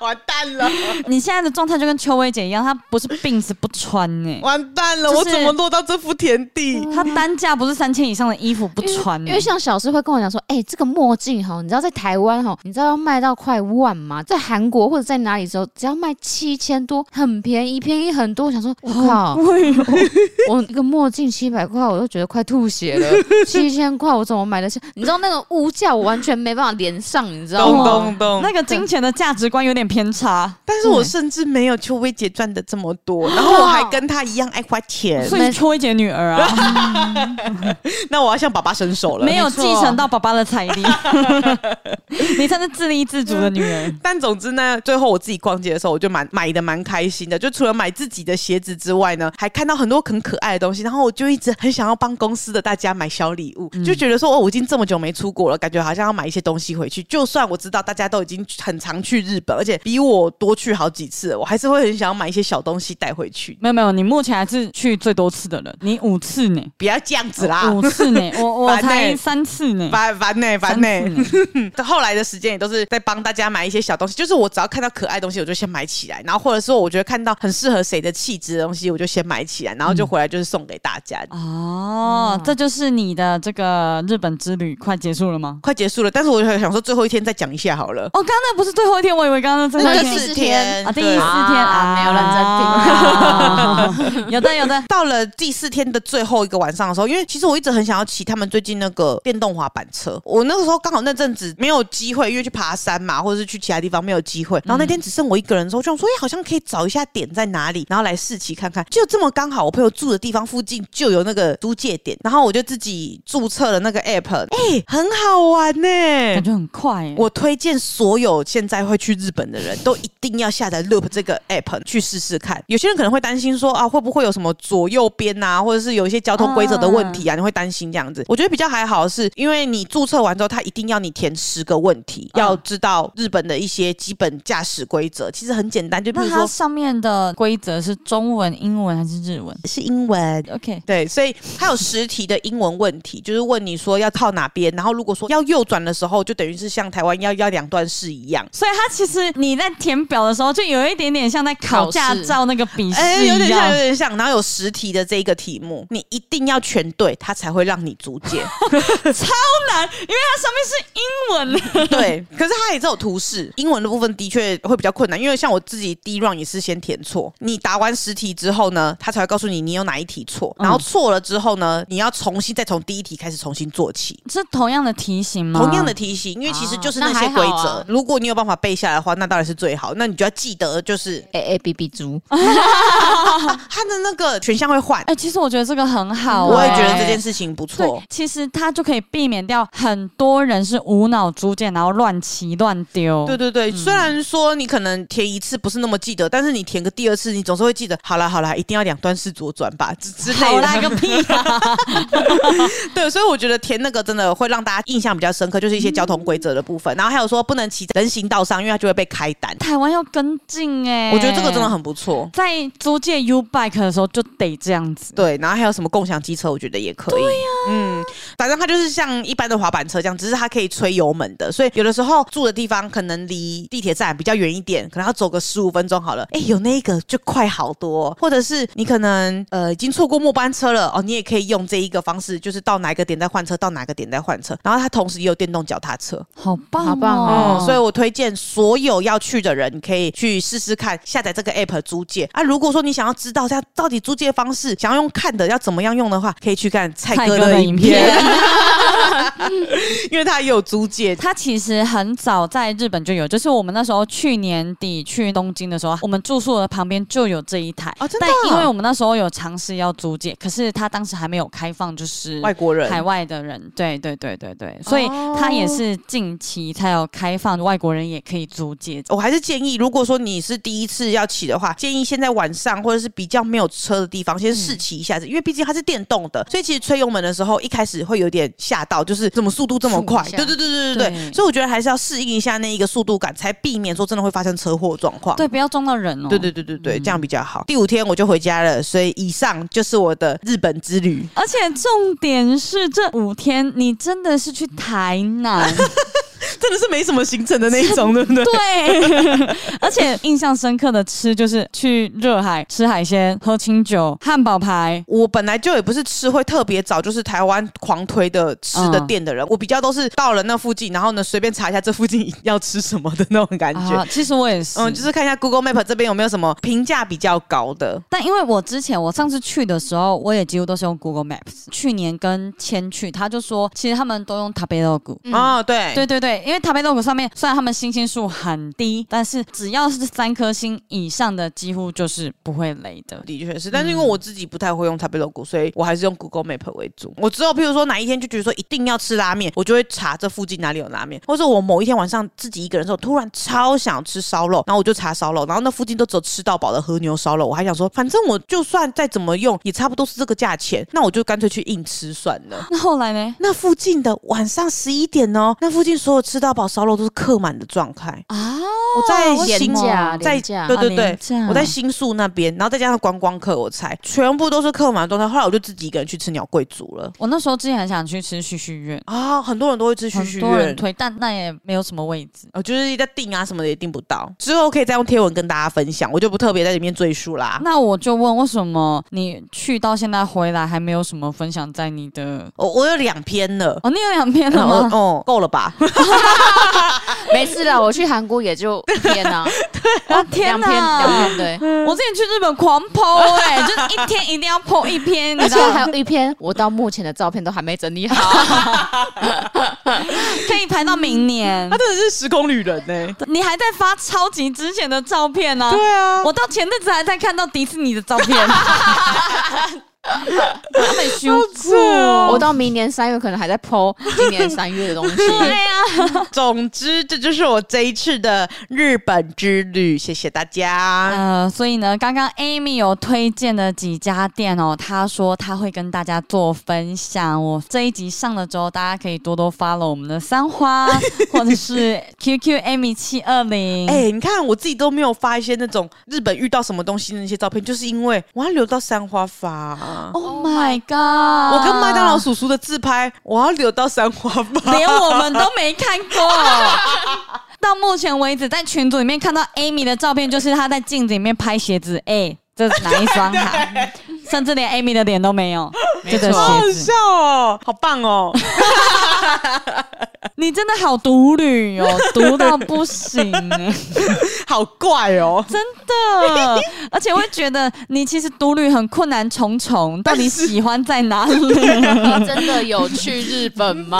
S2: 完蛋了，
S1: 你现在的状态就跟邱薇姐一样，她不是病是不穿欸呢、
S2: 完蛋
S1: 就
S2: 了，
S1: 是
S2: 我怎么落到这幅田地？
S1: 她单价不是三千以上的衣 服不穿欸呢、
S3: 嗯因为像小师会跟我讲说，哎、这个墨镜哈，你知道在台湾哈，你知道要卖到快万吗？在韩国或者在哪里的时候，只要卖七千多，很便宜，便宜很多。我想说，我靠，我一个墨镜七百块，我都觉得快吐血了。七千块，我怎么买得起？你知道那个物价，我完全没办法连上，你知道
S2: 咚
S3: 吗？
S2: 咚咚！
S1: 那个金钱的价值观有点偏差，
S2: 但是我甚至没有邱薇姐赚的这么多，然后我还跟她一样爱花 钱，
S1: 所以是邱薇姐女儿啊，
S2: 那我要向爸爸伸手了。
S1: 没有
S3: 没
S1: 继
S3: 错
S1: 承到爸爸的 财力，你才是自立自主的女人。
S2: 但总之呢，最后我自己逛街的时候，我就蛮买的蛮开心的。就除了买自己的鞋子之外呢，还看到很多很可爱的东西。然后我就一直很想要帮公司的大家买小礼物，就觉得说哦，我已经这么久没出国了，感觉好像要买一些东西回去。就算我知道大家都已经很常去日本，而且比我多去好几次了，我还是会很想要买一些小东西带回去。
S1: 没有没有，你目前还是去最多次的人，你五次呢，
S2: 不要这样子啦，
S1: 五次 呢，我我
S2: 烦呢
S3: 欸
S1: 才三次呢，
S2: 烦烦呢，
S1: 三
S2: 烦
S1: 次
S2: 呢。
S1: 呢。
S2: 后来的时间也都是在帮大家买一些小东西，就是我只要看到可爱东西，我就先买起来，然后或者说我觉得看到很适合谁的气质的东西，我就先买起来，然后
S1: 嗯
S2: 就回来就是送给大家。
S3: 嗯
S1: 哦，这就是你的这个日本之旅快结束了吗？
S2: 快结束了，但是我就想说最后一天再讲一下好了。
S1: 哦，刚刚那不是最后一天，我以为刚刚那最后
S3: 那
S1: 一
S3: 个
S1: 天
S3: 是四天
S1: 啊，第
S2: 对
S1: 四天啊，
S3: 啊没有认
S1: 认真听，啊有的有 的，
S2: 到了第四天的最后一个晚上的时候，因为其实我一直很想要骑他们最近那个电动滑板车。我那个时候刚好那阵子没有机会，因为去爬山嘛，或者是去其他地方没有机会。然后那天只剩我一个人的时候，就想说，哎、好像可以找一下点在哪里，然后来试骑看看。就这么刚好，我朋友住的地方附近就有那个租借点，然后我就自己注册了那个 app，哎、很好玩呢、
S1: 感觉很快欸耶。
S2: 我推荐所有现在会去日本的人都一定要下载 Loop 这个 app 去试试看。有些人可能会担心说啊，会不会有什么左右边啊，或者是有一些交通规则的问题啊，你会担心这样子。我觉得比较还好的是，因为你注册完之后，他一定要你填十个问题，
S1: 嗯
S2: 要知道日本的一些基本驾驶规则。其实很简单，就比
S1: 那
S2: 如
S1: 它
S2: 说
S1: 上面的规则是中文、英文还是日文
S2: 是英文，
S1: ？OK，
S2: 对，所以它有十题的英文问题， 就是问你说要靠哪边，然后如果说要右转的时候，就等于是像台湾要要两段式一样。
S1: 所以它其实你在填表的时候，就有一点点像在考
S3: 考试
S1: 驾照那个笔
S2: 哎、
S1: 试
S2: 有
S1: 一
S2: 点像，有
S1: 样。
S2: 点像。然后有十题的这一个题目，你一定要全对，它才会让你租借。
S1: 难，因为它上面是英文。
S2: 对，可是它也只有图示，英文的部分的确会比较困难，因为像我自己第一 round 也是先填错。你答完十题之后呢，它才会告诉你你有哪一题错，然后错了之后呢，你要重新再从第一题开始重新做起。
S1: 是同样的题型吗？
S2: 同样的题型，因为其实就是
S3: 啊那
S2: 些
S3: 还好
S2: 规
S3: 啊
S2: 则，如果你有办法背下来的话，那当然是最好。那你就要记得，就是
S3: 哎哎，B B 猪，
S2: 它的那个选项会换。
S1: 哎、其实我觉得这个很好、
S2: 我也觉得
S1: 哎
S2: 这件事情不错
S1: 对，。其实它就可以避免掉很多人是无脑租借，然后乱骑乱丢。
S2: 对对对，虽然说你可能填一次不是那么记得，但是你填个第二次，你总是会记得。好啦好啦，一定要两段式左转吧， 之之类
S1: 好啦
S2: 的。
S1: 个屁啊！
S2: 对，所以我觉得填那个真的会让大家印象比较深刻，就是一些交通规则的部分。然后还有说不能骑人行道上，因为它就会被开单。
S1: 台湾要跟进哎、
S2: 我觉得这个真的很不错。
S1: 在租借 U bike 的时候就得这样子。
S2: 对，然后还有什么共享机车，我觉得也可以。嗯，反正它就是像一般的滑板车这样，只是它可以吹油门的，所以有的时候住的地方可能离地铁站比较远一点，可能要走个十五分钟好了。哎，有那个就快好多、或者是你可能呃已经错过末班车了哦，你也可以用这一个方式，就是到哪一个点再换车，到哪个点再换车。然后它同时也有电动脚踏车，
S1: 好棒、哦，
S3: 好棒
S2: 哦
S3: 哦，
S2: 所以我推荐所有要去的人，你可以去试试看下载这个 app 租借啊。如果说你想要知道它到底租借方式，想要用看的要怎么样用的话，可以去看蔡
S1: 蔡
S2: 哥
S1: 哥
S2: 的
S1: 的
S2: 影
S1: 影
S2: 片， 因为他也有租借。
S1: 它其实很早在日本就有，就是我们那时候去年底去东京的时候，我们住宿的旁边就有这一台。
S2: 哦真的
S1: 但
S2: 哦
S1: 因为我们那时候有尝试要租借，可是它当时还没有开放，就是
S2: 外国人
S1: 海外的人，对对对对对，所以
S2: 哦
S1: 它也是近期才有开放，外国人也可以租借。
S2: 我还是建议，如果说你是第一次要骑的话，建议先在晚上或者是比较没嗯有车的地方先试骑一下子，因为毕竟它是电动的，所以其实吹油门的时候一开始会有点吓吓到，就是怎么速度这么快？
S3: 冲一下
S2: 对对对对对对，
S1: 对
S2: 所以我觉得还是要适应一下那一个速度感，才避免说真的会发生车祸状况。
S1: 对，不要撞到人哦。
S2: 对嗯对对对对，这样比较好。第五天我就回家了，所以以上就是我的日本之旅。
S1: 而且重点是，这五天你真的是去台南，
S2: 真的是没什么行程的那一种，对不 对？
S1: 对， 而且印象深刻的吃就是去热海吃海鲜、喝清酒、汉堡排。
S2: 我本来就也不是吃会特别早，就是台湾狂推的吃的
S1: 嗯
S2: 店的人，我比较都是到了那附近，然后呢随便查一下这附近要吃什么的那种感觉。
S1: 啊，其实我也是，
S2: 嗯，就是看一下 Google Map 这边有没有什么评价比较高的。
S1: 但因为我之前我上次去的时候，我也几乎都是用 Google Maps。去年跟千去，他就说其实他们都用 t a b e l o g
S3: 嗯
S2: 哦，对，
S1: 对对对，因为 t a b e l o g 上面虽然他们星星数很低，但是只要是三颗星以上的，几乎就是不会雷的。
S2: 的确是，但是因为
S1: 嗯
S2: 我自己不太会用 Tabelog，所以我还是用 Google Map 为主。我之后譬如说哪一天就觉得说一定要吃拉面，我就会查这附近哪里有拉面，或者我某一天晚上自己一个人的时候，突然超想吃烧肉，然后我就查烧肉，然后那附近都只有吃到饱的和牛烧肉，我还想说，反正我就算再怎么用，也差不多是这个价钱，那我就干脆去硬吃算了。
S1: 那后来呢？
S2: 那附近的晚上十一点哦，那附近所有吃到饱烧肉都是客满的状态。
S1: 啊，
S2: 我在
S3: 哦廉
S2: 新
S3: 价
S2: 在
S3: 廉价
S2: 对对
S1: 啊
S2: 对
S1: 廉，价
S2: 我在新宿那边，然后再加上观光客，我猜全部都是客满的状态。后来我就自己一个人去吃鸟贵族了
S1: 我那时候之前很想去吃旭旭苑，
S2: 啊，很多人都会吃旭
S1: 很
S2: 旭
S1: 多人
S2: 苑。
S1: 推，但那也没有什么位置。
S2: 呃，就是在订啊什么的也订不到，之后可以再用贴文跟大家分享，我就不特别在里面赘述啦。
S1: 那我就问，为什么你去到现在回来还没有什么分享在你的？
S2: 我、我有两 篇了，
S1: 哦，你有两篇 了
S2: 哦
S1: 吗？
S2: 哦，够 了吧？
S3: 没事啦，我去韩国也就一天啊，
S1: 我、天
S3: 两
S1: 哪！
S3: 天两天对。
S1: 我之前去日本狂剖哎、 就是一天一定要剖一篇，你
S3: 而
S1: 知
S3: 且
S1: 道
S3: 还
S1: 吗？
S3: 有一篇，我到目前的照片都还没整 理好。
S1: 可以排到明 年。
S2: 真的是时空旅人呢、
S1: 你还在发超级之前的照片呢、
S2: 对啊，
S1: 我到前阵子还在看到迪士尼的照片， 他们羞愧哦
S3: 我到明年三月可能还在 PO 今年三月的 东西。
S1: 对呀、
S2: 总之这就是我这一次的日本之旅，谢谢大家。
S1: 呃，所以呢，刚刚 Amy 有推荐的几家店哦，她说她会跟大家做分享。我这一集上了之后，大家可以多多 follow 我们的三 花，或者是 QQ Amy 七二零。
S2: 哎、你看我自己都没有发一些那种日本遇到什么东西的那些照片，就是因为我要留到三花发、啊
S1: Oh my god！
S2: 我跟麦当劳叔叔的自拍，我要留到三花发。
S1: 连我们都没看 过。到目前为止，在群组里面看到 Amy 的照片，就是她在镜子里面拍鞋子，哎、这是哪一 双啊？甚至连 Amy 的脸都没有，这个
S2: 好好
S1: 鞋子
S2: 笑，哦，好棒哦！
S1: 你真的好独旅哦， 独到不行、欸
S2: 好怪哦。
S1: 真的，而且会觉得你其实独旅很困难重重，到底喜欢在哪里？啊
S3: 真的有去日本 吗？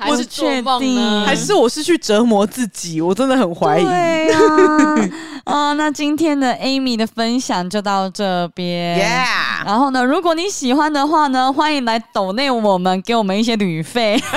S3: 还是做梦
S1: 我
S3: 呢？
S2: 还是我是去折磨自己，我真的很怀疑。
S1: 嗯对啊，哦，那今天的 Amy 的分享就到这边。
S2: Yeah，
S1: 然后呢，如果你喜欢的话呢，欢迎来抖内我们，给我们一些旅 费，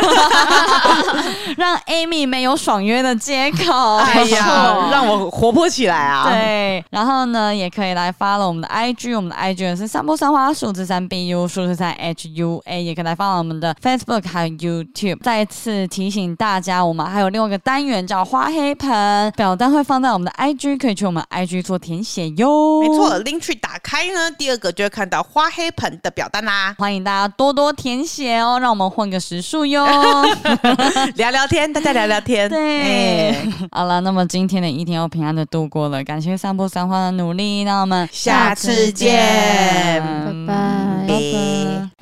S1: 让 Amy 没有爽约的借口。
S2: 哎
S3: 没
S2: 呀，
S3: 错
S2: 让我活泼起来啊！
S1: 对，然后呢，也可以来发了我们的 IG，我们的 IG 是三波三花数字三 BU 数字三 HUA，也可以来发了我们的 Facebook 还有 YouTube。再次提醒大家，我们还有另外一个单元叫花黑盆，表单会放在我们的 IG，可以去我们 IG 做填写哟。，
S2: 没错，拎去打开呢，第二个就会看到花黑盆的表单啦
S1: 欢迎大家多多填写哦，让我们混个时数 哟。
S2: 聊聊天，大家聊聊天。
S1: 对
S2: 哎，
S1: 好了，那么今天的一天又平安的度过了，感谢散步三花的努力，那我们
S3: 嗯
S2: 下次见
S1: 拜
S3: 拜拜
S1: 拜